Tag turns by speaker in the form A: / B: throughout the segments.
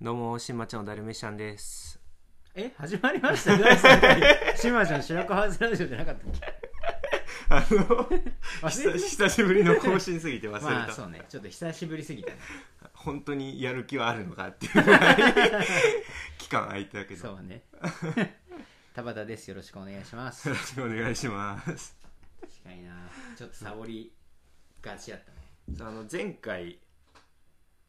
A: どうも、新町のダルメシャンです。
B: え始まりましたよ第3回シマちゃん白子ハウスラジオじゃなかったっけ
A: あの、
B: 忘れて
A: 久しぶりの更新すぎて忘れ
B: た
A: た。
B: まあそうねちょっと久しぶりすぎたね
A: 本当にやる気はあるのかっていうぐらい期間空いたけど、
B: そ
A: よ
B: うね田畑ですよろしくお願いします
A: ろしくお願いします。
B: 近いなちょっとサボりがちやったね
A: あの、前回、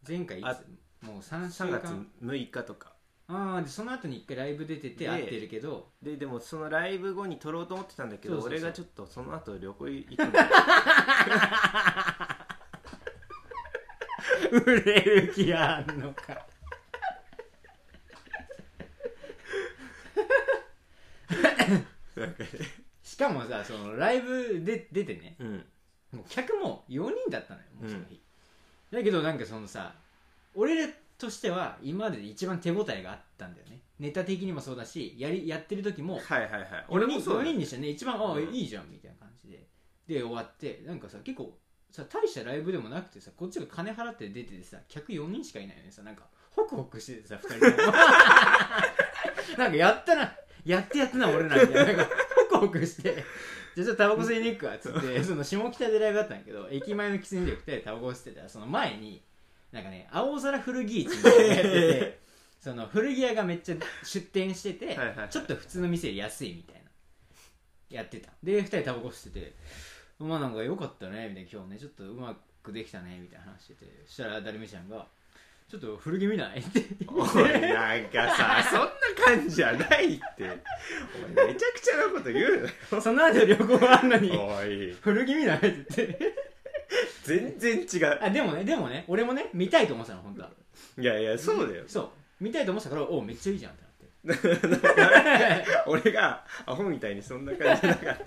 B: 前回い
A: あ
B: つもう3週
A: 3月
B: 間
A: 6日とか。
B: ああでその後に1回ライブ出てて
A: で
B: 会ってるけど
A: で、でもそのライブ後に撮ろうと思ってたんだけど、
B: そうそうそう
A: 俺がちょっとその後旅行行くんだよ
B: 売れる気あんのか
A: なんかね
B: しかもさそのライブで出てね
A: うん。
B: もう客も4人だったのよもうその
A: う
B: 日、だけどなんかそのさ俺としては今までで一番手応えがあったんだよねネタ的にもそうだしやりやってる時も
A: はいはいはい。
B: 4
A: 俺
B: 人
A: もそうだ
B: 4
A: よ
B: 人にしてね一番ああ、
A: うん
B: いいじゃんみたいな感じでで終わってなんかさ結構さ大したライブでもなくてさこっちが金払って出ててさ客4人しかいないのにさなんかホクホクしててさ2人 ともなんかやったなやってやったな俺らみたいななんかホクホクしてじゃあちょっとタバコ吸いに行くわっつ ってその下北でライブだったんだけど駅前の喫煙所行ってタバコ吸ってたらその前になんかね青空古着市みたいなのやっててその古着屋がめっちゃ出店してて
A: はいはいはい
B: ちょっと普通の店より安いみたいなやってたで2人タバコ吸っててまあなんか良かったねみたいな今日ねちょっとうまくできたねみたいな話しててそしたらダルメちゃんが「ちょっと古着見ない?」って
A: おいなんかさそんな感じじゃないってお前めちゃくちゃなこと言う
B: その後旅行あんのに
A: な おい
B: 「古着見ない?」って言って
A: 全然違う
B: あでもねでもね俺もね見たいと思ってたの本当はい
A: やいやそう だよ
B: そう見たいと思ってたから「おうめっちゃいいじゃん」ってなって
A: 俺がアホみたいにそんな感じだから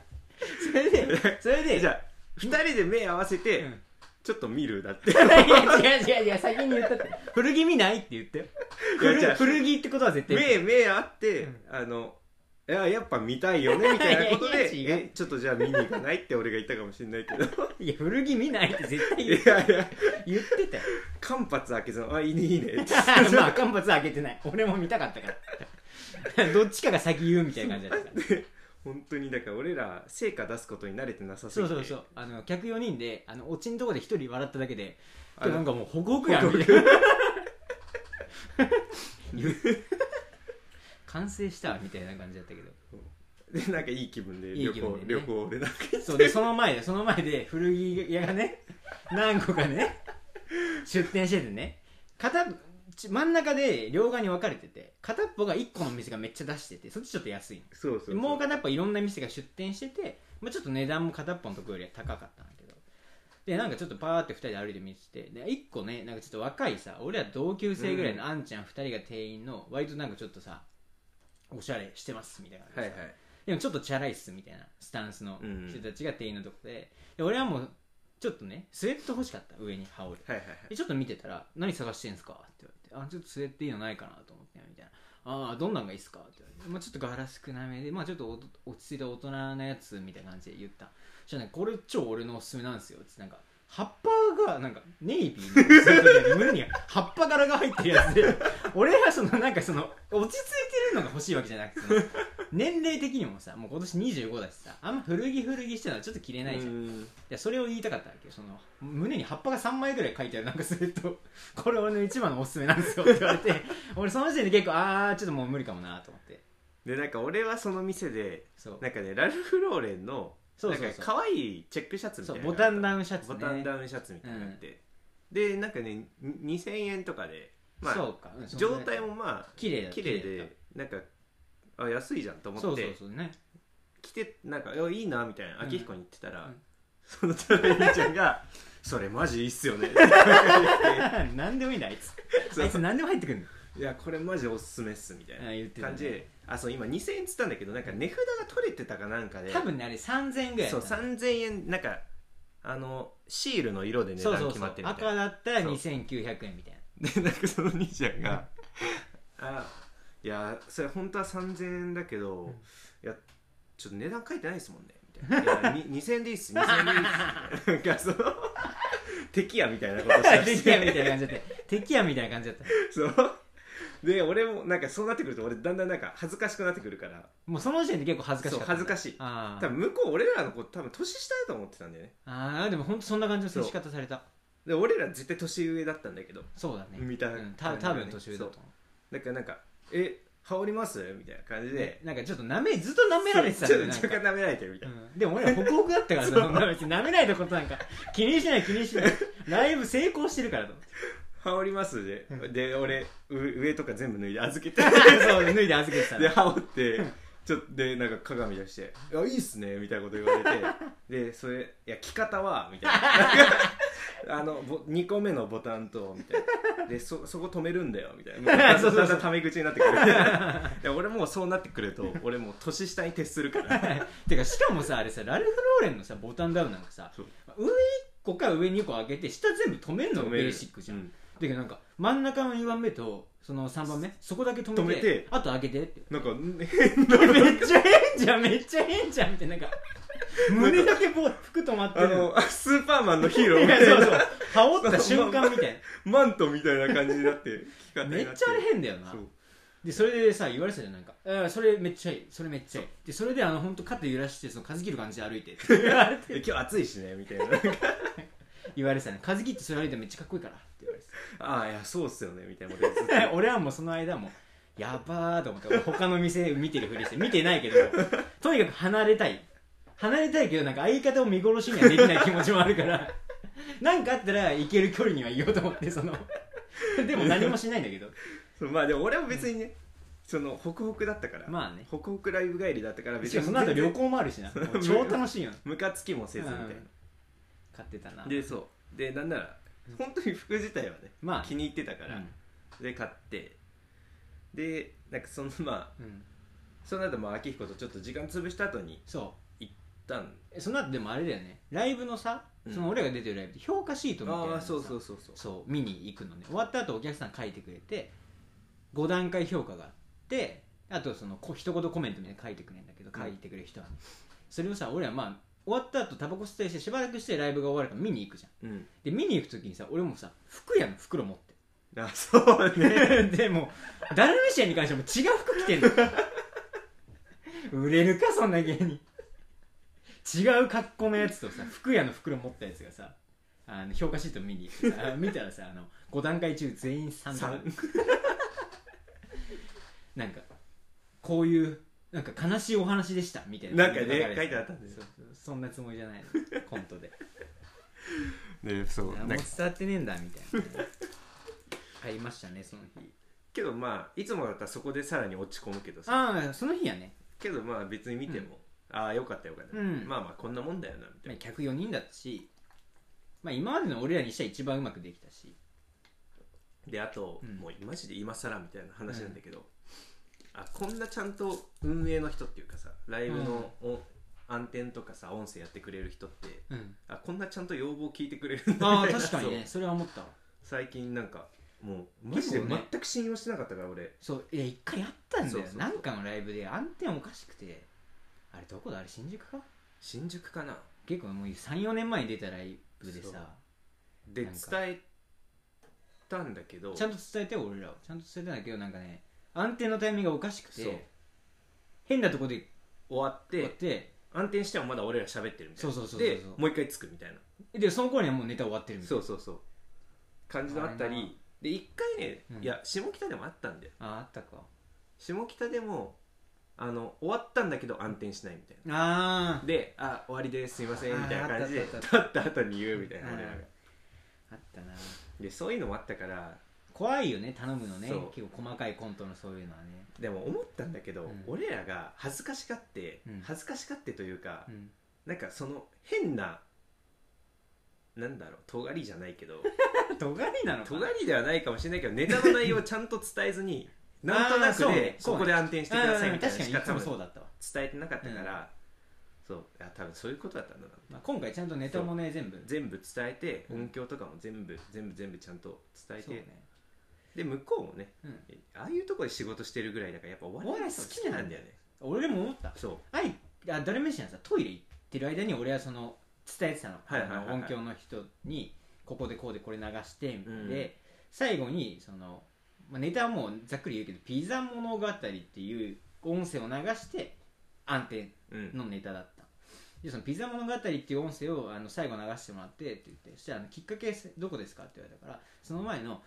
B: それでそれで
A: じゃあ2人で目合わせて、
B: うん
A: ちょっと見るだってい
B: いや違う違う違う先に言ったって古着見ないって言ってよ
A: やじゃ
B: 古
A: あ
B: 古着ってことは絶対
A: 目目合って、
B: うん
A: あのいややっぱ見たいよねみたいなことで
B: いやいや違う
A: えちょっとじゃあ見に行かないって俺が言ったかもしれないけど
B: いや古着見ないって絶対
A: い
B: 言う
A: やいや
B: 言って たよ
A: 間髪開けずのあいいねいい ねって
B: まあ間髪開けてない俺も見たかったからどっちかが先言うみたいな感じだったから
A: 本当にだから俺ら成果出すことに慣れてなさす
B: そ
A: ぎ
B: う
A: て
B: そうそうあの客4人であのオチのとこで1人笑っただけで
A: あ
B: 今日
A: の
B: なんかもうホクホクやんみたいな 言う完成したわみたいな感じだったけど
A: でなんかいい気分で
B: いい
A: 旅行
B: 気分でね
A: 旅行でなんか
B: そうでその前でその前で古着屋がね何個かね出店しててね片ち真ん中で両側に分かれてて片っぽが1個の店がめっちゃ出しててそっちちょっと安いの
A: そうそうそう
B: もう片っぽいろんな店が出店してて、まあ、ちょっと値段も片っぽのとこよりは高かったんだけどでなんかちょっとパーって2人で歩いて見ててで1個ねなんかちょっと若いさ俺ら同級生ぐらいのあんちゃん2人が店員の割となんかちょっとさおしゃれしてますみたいな感じ
A: はい
B: でさ
A: はい
B: でもちょっとチャラいっすみたいなスタンスの人たちが店員のとこで,、で俺はもうちょっとねスウェット欲しかった上に羽織る
A: はいはい
B: でちょっと見てたら「何探してんすか?」って言われて「あちょっとスウェットいいのないかなと思って」みたいな「ああどんなんがいいっすか?」って言われて、まあ、ちょっと柄少なめで、まあ、ちょっとおと落ち着いた大人なやつみたいな感じで言ったそしたらねこれ超俺のおすすめなんですよ」ってなんか葉っぱがなんかネイビーのスウェットで胸に葉っぱ柄が入ってるやつで 俺はそのなんかその落ち着いてるのが欲しいわけじゃなくてその年齢的にもさもう今年25だしさあんま古着古着してたらちょっと着れないじゃん
A: うん
B: いやそれを言いたかったわけよその胸に葉っぱが3枚ぐらい書いてあるなんかすると これ俺の一番のおすすめなんですよって言われて 俺その時点で結構ああちょっともう無理かもなと思って
A: でなんか俺はその店で
B: そう
A: なんかねラルフ・ローレンの
B: そうそう
A: なん
B: そう
A: か可愛いチェックシャツみた
B: そ
A: いうな
B: ボタン
A: ウン
B: ダウンシャツ、ね、
A: ボタンダウンシャツみたいなのがあって、でなんかねに2000円とかでま
B: そ
A: あ
B: うか、うんその
A: 状態もまあ
B: 綺麗だ
A: 綺麗
B: だっ
A: でなんかあ安いじゃんと
B: た
A: 思
B: そう
A: っ
B: そう
A: て
B: そうね
A: 着てなんかいやいいなみたいな
B: うん
A: 秋彦に言ってたら、
B: うん
A: そのトライミちゃん が「それマジいいっすよね」って
B: 何でもいいんだあいつ
A: そう
B: あいつ何でも入ってくるの
A: いやこれマジおすすめっすみたい
B: あ言って
A: な
B: た
A: 感
B: ね
A: じで、あそう今2000円っつったんだけどなんか値札が取れてたかなんかで
B: 多分ねあれ3000円ぐらい
A: そ
B: だ
A: う
B: ったの
A: 3000円なんかあのシールの色で値
B: そう
A: 段
B: そう
A: 決
B: そ
A: ま
B: う
A: ってるみたい
B: 赤
A: な
B: だったら
A: そう
B: 2900円みたいな
A: でなんかその兄ちゃんが「あいやそれ本当は3000円だけど、いやちょっと値段書いてないですもんね」みたいな「いやに2000円でいいっす2000円でいいっす」みたいななんかその敵やみたいなことしだして
B: 敵屋みたいな感じだった敵屋みたいな感じだった
A: そうで俺もなんかそうなってくると俺だんだんなんか恥ずかしくなってくるから
B: もうその時点で結構恥ずかしかった
A: そう恥ずかしい
B: あ
A: 多
B: ー
A: 分向こう俺らの子多分年下だと思ってたんだよね
B: あーでも本当そんな感じの接し方された
A: で俺ら絶対年上だったんだけど
B: そうだね
A: 見た
B: うん、た多分年上だと思
A: だからなんか「え羽織ります?」みたいな感じ
B: うで
A: で
B: なんかちょっとなめずっと舐められてたん
A: ち
B: だ
A: ょ
B: よ
A: っと若
B: なんか
A: 干舐められてるみた
B: う
A: いな、
B: んでも俺らホクホクだったからさそんな別に舐めないとことなんか気にしない気にしないライブ成功してるからと思って
A: 羽織りますで
B: うん
A: で俺う上とか全部脱いで預けて
B: そう脱いで預けてた
A: で
B: ら
A: 羽織ってちょっとでなんか鏡出して「いやいいっすね」みたいなこと言われてでそれ「いや着方は」みたい なあのぼ2個目のボタンとみたいなでそそこ止めるんだよみたいなだん だ
B: そうそうそうん
A: だんタメ口になってく るで俺もうそうなってくると俺もう年下に徹するから
B: てかしかもさあれさラルフ・ローレンのさボタンダウンなんかさ
A: そう
B: 上1個から上2個上げて下全部止めるのがベーシックじゃん、
A: うん
B: だけどなんか真ん中の2番目とその3番目そこだけ止めて
A: 止めて
B: あと上げてって
A: なんかん
B: めっちゃ変じゃんめっちゃ変じゃんみたい ななんか胸だけぼ服止まって
A: あ
B: る
A: のスーパーマンのヒーロー
B: い
A: みた
B: や
A: い
B: そう
A: な
B: そう羽織った瞬間みたい
A: マントみたいな感じになって着方
B: な
A: にな
B: めっちゃあれ変だよな
A: そう
B: でそれでさ言われてたじゃんなんか「あーそれめっちゃいいそれめっちゃいい」でそれであの本当肩揺らしてその風切る感じで歩いてって言われて
A: で今日暑いしねみたいな
B: 言われてたね風切ってそれ歩いてめっちゃかっこいいからって言われて
A: ああいやそうっすよねみたいなことずっと
B: た 俺はもうその間もやばーと思って俺他の店見てるふりして見てないけどとにかく離れたい離れたいけどなんか相方を見殺しにはできない気持ちもあるから なんかあったら行ける距離にはいようと思ってその でも何もしないんだけど
A: そうまあでも俺は別にね、そのホクホクだったから
B: まあね
A: ホクホクライブ帰りだったから
B: し
A: 別
B: か
A: に
B: もその後旅行もある しなもう超楽しいよな
A: ムカつきもせずみたいな、
B: うん買ってたな
A: でそうでなんなら本当に服自体はね、
B: まあ
A: 気に入ってたから、
B: う
A: で買ってでなんかそのまあ
B: んうん
A: その後まあ明彦とちょっと時間潰した後に
B: そ
A: 行ったん
B: うその後でもあれだよねライブのさ
A: うん
B: その俺が出てるライブで評価シートみたいなの
A: あ
B: さ
A: あそうそうそうそう
B: そう見に行くのね終わった後お客さん書いてくれて5段階評価があってあとそのこ一言コメントみたいなの書いてくれるんだけど
A: うん
B: 書いてくれる人は、それをさ俺はまあ終わった後タバコ吸ったりしてしばらくしてライブが終わるから見に行くじゃん
A: うん
B: で見に行く時にさ俺もさ服屋の袋持って
A: あそうね
B: でもうダルメシアに関しても違う服着てんの売れるかそんな芸人違う格好のやつとさ服屋の袋持ったやつがさあの評価シート見に行ってさ見たらさあの5段階中全員3段
A: 三
B: なんかこういうなんか悲しいお話でしたみたいな
A: なんかね
B: 書
A: 書いてあったんです
B: よそんなつもりじゃ ないのコントで
A: でそ
B: あ
A: う
B: もう
A: な
B: 伝
A: んか
B: わってねえんだみたいな買いましたねその日
A: けどまあいつもだったらそこでさらに落ち込むけどさ
B: ああその日やね
A: けどまあ別に見ても、ああよかったよかった、
B: うん
A: まあまあこんなもんだよなみたい
B: ま
A: な
B: あ、客4人だったし、まあ、今までの俺らにしては一番うまくできたし
A: であと、
B: うん
A: もうマジで今更みたいな話なんだけど、あこんなちゃんと運営の人っていうかさライブのお、暗転とかさ音声やってくれる人って
B: うん
A: あこんなちゃんと要望聞いてくれるんだ
B: ああ
A: みたいな
B: 確かにね
A: そう
B: それは思ったわ
A: 最近なんかもうマジで
B: 結構ね
A: 全く信用してなかったから俺
B: そういや一回やったんだ
A: そう
B: よ
A: そうそう
B: なんかのライブで暗転おかしくてあれどこだあれ新宿か
A: 新宿かな
B: 結構もう34年前に出たライブで
A: そう
B: さ
A: で
B: な
A: 伝
B: んか
A: えたんだけど
B: ちゃんと伝えてよ俺らをちゃんと伝えたんだけどなんかね暗転のタイミングがおかしく
A: そう
B: て変なとこで
A: 終わっ
B: 終わってて
A: 暗転してもまだ俺ら喋ってるみたいな
B: そうそうそうそう
A: でもう一回つくみたいな
B: でその頃にはもうネタ終わってるみたい
A: そ
B: な
A: うそうそう感じのあった
B: あれな
A: りで一回ね、
B: うん
A: いや下北でもあったんだよ
B: あああったか
A: 下北でもあの終わったんだけど暗転しないみたい
B: ああ
A: なで「あ終わりですすいませ
B: あ
A: ん」
B: ー
A: みたいな感じで
B: あったあっ
A: 立った後に言うみたいな
B: うん
A: 俺らが
B: あったな
A: でそういうのもあったから
B: 怖いよね頼むのね
A: そう
B: 結構細かいコントのそういうのはね
A: でも思ったんだけど、
B: うん
A: 俺らが恥ずかしがって、
B: うん
A: 恥ずかしがってというか、
B: うん
A: なんかその変ななんだろう尖りじゃないけど
B: 尖りなのかな
A: 尖りではないかもしれないけどネタの内容をちゃんと伝えず になんとなく
B: あーそう
A: で
B: ね、そうね
A: ここで暗転してください
B: うん
A: みたいな
B: 確かに
A: し
B: い
A: か
B: つも
A: 多分
B: そうだったわ、
A: 伝えてなかったから、そうあ多分そういうことだったんだな
B: まあ、今回ちゃんとネタもね全部
A: 全部伝えて
B: うん
A: 音響とかも全部全部全部ちゃんと伝えて、
B: そうね、
A: で向こうもね
B: うん、
A: えああいうとこで仕事してるぐらいだからやっぱお笑い好きなんだよね
B: 俺も思った
A: そう
B: あいあ誰も知らんさトイレ行ってる間に俺はその伝えてたの,、
A: はいはいはいはい
B: あの音響の人にここでこうでこれ流してみたいな
A: うん
B: で、最後にそのまあ、ネタはもうざっくり言うけどピザ物語っていう音声を流して暗転
A: うん
B: のネタだったでそのピザ物語っていう音声をあの最後流してもらってって言ってそしたらあのきっかけどこですかって言われたからその前の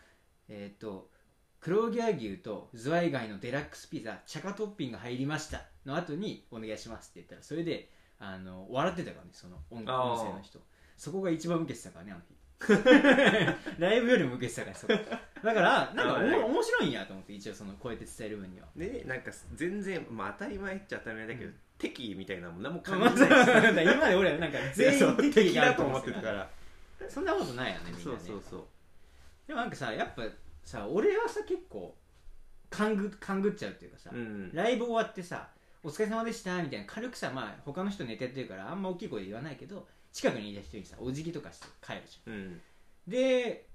B: えーっ、と黒毛和牛とズワイガニのデラックスピザチャカトッピング入りましたの後にお願いしますって言ったらそれであの笑ってたからねその音
A: あー
B: 音声の人そこが一番受けてたからね あの日ライブよりも受けてたからそこだからなんかおも面白いんやと思って一応そのこうやって伝える分には
A: でなんか全然、まあ、当たり前っちゃ当たり前だけど、
B: うん
A: 敵意みたいなもん何も
B: 今
A: 感
B: ま
A: じないです
B: で俺らなんか全員
A: そう
B: 敵
A: 敵
B: があ
A: だ
B: ると
A: と
B: 思
A: 思っ
B: っ
A: ててた
B: たか
A: からら
B: そんなことないよねみんなね
A: そうそうそう
B: でもなんかさやっぱさ俺はさ結構勘ぐ勘ぐっちゃうっていうかさ、
A: うん
B: ライブ終わってさ「お疲れ様でした」みたいな軽くさまあ他の人寝てやってるからあんま大きい声で言わないけど近くにいた人にさお辞儀とかして帰るじゃん
A: うん
B: で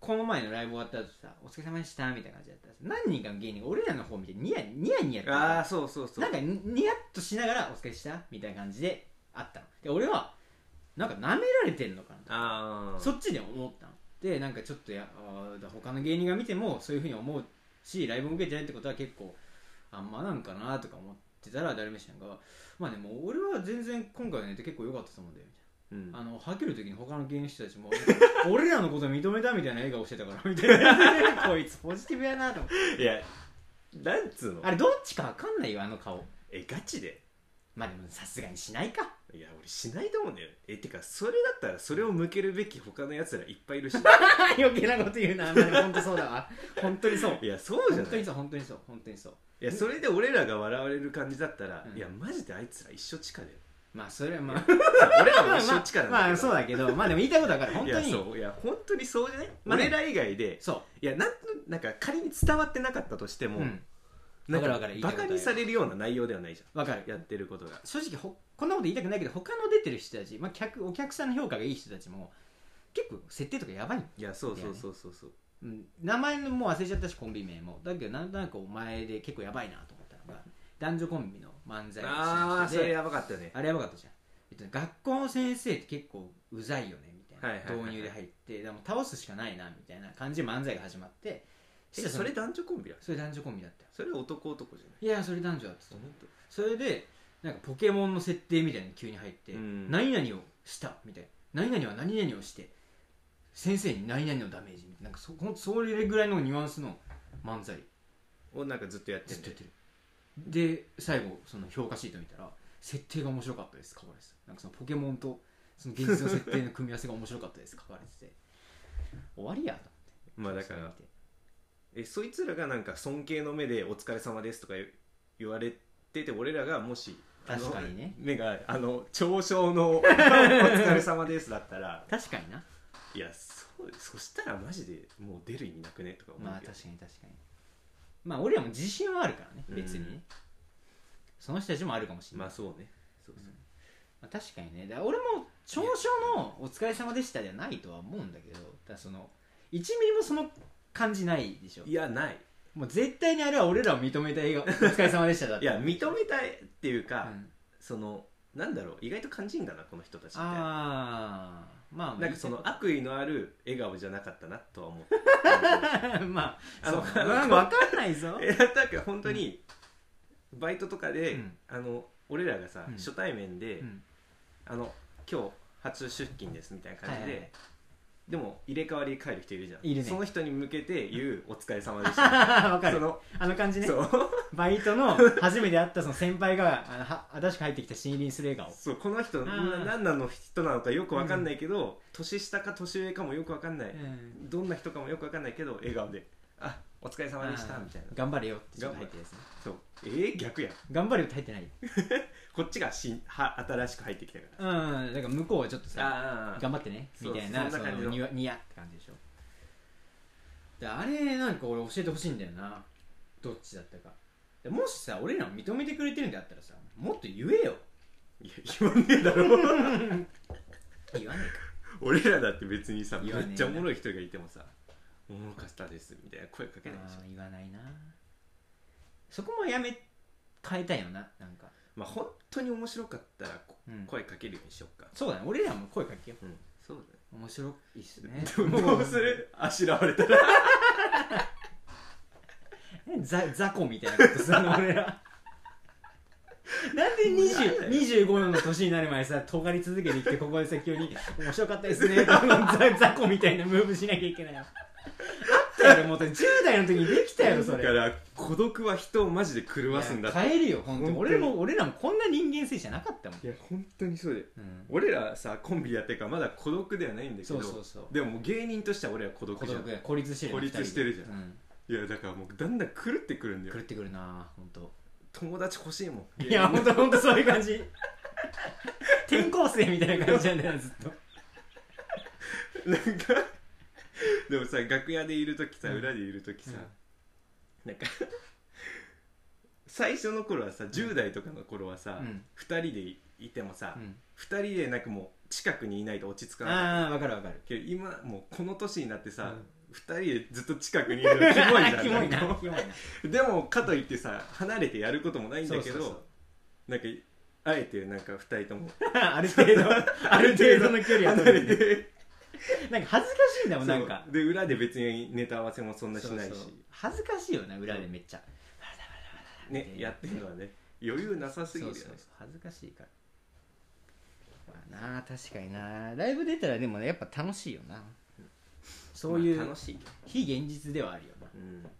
B: この前のライブ終わった後さ「お疲れ様でした」みたいな感じだったらさ何人かの芸人が俺らの方見てニヤニヤニヤってた
A: ああそうそうそう
B: なんかにニヤっとしながら「お疲れした」みたいな感じであったので俺はなんか舐められてんのかな
A: ああ
B: そっちで思ったのでなんかちょっとやあーだ他の芸人が見てもそういうふうに思うしライブも受けてないってことは結構あんまなんかなとか思ってたらダルメシアンが「まあでも俺は全然今回のネタ結構良かったと思うんだよ」みたいな。
A: うん
B: あの、はける時に他の芸人の人たちも、 俺らのこと認めたみたいな笑顔してたから、みた いな。こいつポジティブやなと思って。
A: いやなんつうの
B: あれ、どっちかわかんないよ、あの顔。
A: えガチで
B: まあでも、さすがにしないか。
A: いや俺しないと思うんだよねえてかそれだったらそれを向けるべき他のやつらいっぱいいる し
B: 余計なこと言うな、まあ、本当そうだわ本当にそう
A: いやそうじゃ
B: 本当
A: ない
B: に
A: い
B: そう本当にそう本当にそう
A: やそれで俺らが笑われる感じだったら、
B: うん
A: いやマジであいつら一緒地下だよ
B: まあそれはまあ
A: 俺ら
B: ま
A: も
B: あ
A: 一
B: ま
A: 緒
B: あ
A: 地下なんだ
B: ま
A: けど
B: あそうだけどまあでも言いたいことだから本
A: い
B: 当
A: や
B: にそう
A: そういや本当にそうじゃない、
B: まあね
A: 俺ら以外でいやなんとなんか仮に伝わってなかったとしても、
B: うん
A: なん
B: わかるわかる
A: バカにさ
B: る
A: れるような内容ではないじゃ
B: わかる
A: んやってることが
B: 正直ほこんなこと言いたくないけど他の出てる人たち、まあ、客お客さんの評価がいい人たちも結構設定とかやばい、
A: いやそうそうそうそうそう
B: うん、名前のもう忘れちゃったしコンビ名もだけどなんとなくお前で結構やばいなと思ったのが男女コンビの漫才をしてる人で
A: ああそれやばかったね
B: あれやばかったじゃん、えっとね、学校の先生って結構うざいよねみたいな、
A: はいはいはいはい
B: 導入で入ってでも倒すしかないなみたいな感じで漫才が始まって
A: え
B: したら
A: それ
B: の
A: 男女コンビだ
B: それ男女コンビだったよ
A: それ男男じゃない
B: いやそれ男女だった
A: 本当
B: それでなんかポケモンの設定みたいに急に入って、
A: うん
B: 何々をしたみたいな何々は何々をして先生に何々のダメージみたいななんかそこそれぐらいのニュアンスの漫才
A: をなんかずっとやって
B: ずっ
A: ん
B: と
A: だ
B: や
A: よ
B: ってるで最後その評価シート見たら設定が面白かったです書かれてたなんかそのポケモンとその現実の設定の組み合わせが面白かったです書かれてて終わりやと
A: まあ
B: 思っ
A: だか
B: て
A: らえそいつらがなんか尊敬の目で「お疲れ様です」とか言言われてて俺らがもしあの
B: 確かにね
A: 目があの嘲笑 の「お疲れ様です」だったら
B: 確かにない
A: やそうそしたらマジでもう出る意味なくねとか思う
B: まあ
A: けど、
B: 確かに確かにまあ俺らも自信はあるからね
A: うん
B: 別にね、その人たちもあるかもしれない、
A: まあ
B: ま
A: そうねそうそう
B: あ、確かにねだから俺も長所の「お疲れ様でした」じゃないとは思うんだけどだからその1ミリもその感じないでしょ
A: いやない
B: もう絶対にあれは俺らを認めた 映画「お疲れ様でした」だっ
A: い
B: た
A: や認めたいっていう
B: う
A: か、
B: ん
A: そのなんだろう意外と肝心だなこの人たちってな
B: ああまあ
A: んかその悪意のある笑顔じゃなかったなとは思う
B: まあ
A: あ
B: そう
A: の
B: なんか分かんないぞ
A: えだから本当にバイトとかで、
B: うん
A: あの俺らがさ、
B: うん
A: 初対面で、
B: うん
A: あの今日初出勤ですみたいな感じで、
B: はいはいはい
A: でも入れ替わりで帰る人いるじゃん
B: いるね
A: その人に向けて言う「お疲れ様 でした」
B: 分か
A: そ
B: る
A: の
B: あの感じね
A: そう
B: バイトの 初めて会ったその先輩があのは新しく入ってきた新入りにする笑顔
A: そうこの人
B: ー
A: な何なの人なのかよくわかんないけど、年下か年上かもよくわかんない、
B: うん
A: どんな人かもよくわかんないけど笑顔で「あお疲れ様でした」みたいな
B: 頑張れよってちょっと入ってるやつね
A: そうえー、逆やん
B: 頑張れよって入ってない
A: こっちがしは新しく入ってきたか
B: うんだから向こうはちょっと
A: ら
B: さ
A: あ
B: 頑張ってねみたいな
A: そうそんな感じ
B: の
A: の
B: ニヤニヤって感じでしょであれなんか俺教えてほしいんだよなどっちだったかでもしさ俺らを認めてくれてるんであったらさもっと言えよ
A: いや言わねえだろ
B: 言わねえか
A: 俺らだって別にさめ
B: 言わねえな
A: っちゃおもろい人がいてもさ「おもろかったです」みたいな声かけないでしょ
B: あー言わないなそこもやめ変えたいよななんか
A: まあ本当に面白かったらこ
B: うん
A: 声かけるようにしよっか
B: そうだね俺らも声かけよ
A: うん、そうだね
B: う面白いっすね
A: でもどうするあしらわれたら
B: ザ雑魚みたいなことす るの俺らなんで20 25の年になる前さ尖り続けてきてここでさ急に「面白かったですね」とかザ雑魚みたいなムーブしなきゃいけないのあったやろもっと10代の時にできたやろそ
A: だ
B: れ
A: から孤独は人をマジで狂わすんだって
B: いや変えるよ本
A: 本
B: 当
A: 当に
B: 俺も俺らもこんな人間性じゃなかったもん、
A: いや本当にそうで
B: うん、
A: 俺らさコンビやってるからまだ孤独ではないんだけ
B: そ
A: ど
B: うそうそう
A: でももう芸人としては俺は孤独
B: 孤
A: じゃん
B: 独や孤立してるよ
A: 孤立
B: 二人で
A: してるじゃん
B: うん
A: いやだからもうだんだん狂ってくるんだ
B: 狂っ
A: よ
B: てくるな本当。
A: 友達欲しいもん
B: いや、ほんとほんとそういう感じ。転校生みたいな感じなんだよな、ずっ と。
A: なんかでもさ楽屋でいる時さ
B: うん
A: 裏でいる時さ、
B: うん
A: なんか最初の頃はさ10代とかの頃はさ、
B: うん
A: 2人でいてもさ、2人でなんかもう近くにいないと落ち着かない
B: ああ、わかるわかる。
A: けど今もうこの年になってさ、
B: うん
A: 二2人でずっと近くにいる のキモいじゃん
B: キモい
A: な
B: な、
A: んか
B: キモいな。
A: でもかといってさ離れてやることもないんだけど
B: そうそう
A: なんかあえてなんか2人とも
B: そうある程 度、ある程度の距離は
A: 離
B: 取
A: れ
B: れて。
A: て
B: なんか恥ずかしいんだもん、なんか
A: そ。うで裏で別にネタ合わせもそんなしないし
B: そうそう恥ずかしいよな、裏でめっちゃ。
A: ねやってるのはね余裕なさすぎるよね
B: そうそうそう恥ずかしいから。まあなあ、確かにな。ライブ出たらでもね、やっぱ楽しいよな。そうい
A: まあ
B: う
A: 楽しいけど
B: 非現実ではあるよな。
A: うん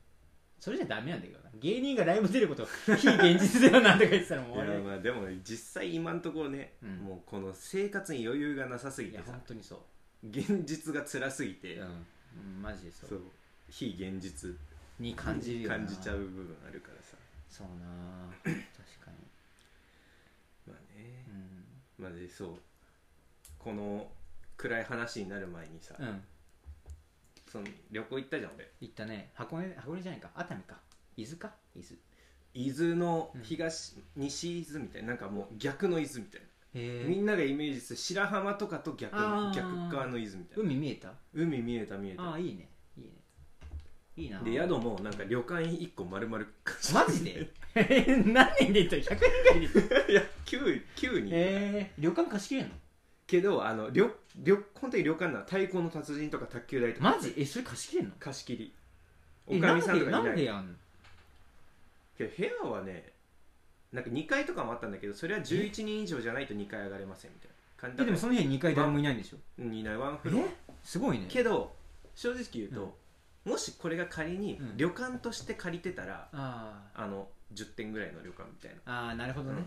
B: それじゃダメなんだけどな芸人がライブ出ることを非現実だよなとか言ってたらもう
A: い
B: 終
A: や
B: わりだよ
A: まあでも実際今のところね、
B: うん
A: もうこの生活に余裕がなさすぎ
B: い
A: て
B: や
A: さ
B: 本当にそう
A: 現実が辛すぎて、
B: うんマジでそう
A: そう非現実
B: に感じるよな
A: 感じちゃう部分あるからさ
B: そうな確か
A: まあね
B: に、
A: まあでそうこの暗い話になる前にさ、
B: うん、うん、
A: その旅行行ったじゃん俺
B: 行ったね箱根箱根じゃないか熱海か伊豆か伊豆
A: 伊豆の東、西伊豆みたいななんかもう逆の伊豆みたいなみ
B: へえ
A: んながイメージする白浜とかと逆
B: あー
A: 逆側の伊豆みたいな
B: 海見えた
A: 海見えた見え
B: あ
A: た
B: あいいねいいねいいな
A: で宿もなんか旅館1個丸々貸して
B: マジで何人で行ったの ?100 人ぐらいで行った の
A: いや9九人、
B: えー、旅館貸し切れんの
A: けどあの旅旅本当に旅館なの太鼓の達人とか卓球台とか
B: マジえそれ貸し切れんの
A: 貸し切り
B: え
A: おかみさんとかい
B: なん
A: な
B: で
A: んい
B: でやんの
A: けど部屋はねなんか2階とかもあったんだけどそれは11人以上じゃないと2階上がれませんみたいな感
B: え
A: じ
B: で
A: だ
B: も
A: っ
B: その辺2階誰もいないんでしょ
A: たいないワンフロア
B: えすごいね
A: けど正直言うと、もしこれが仮に
B: うん
A: 旅館として借りてたら、
B: あー
A: あの10点ぐらいの旅館みたいな
B: あーなるほどね、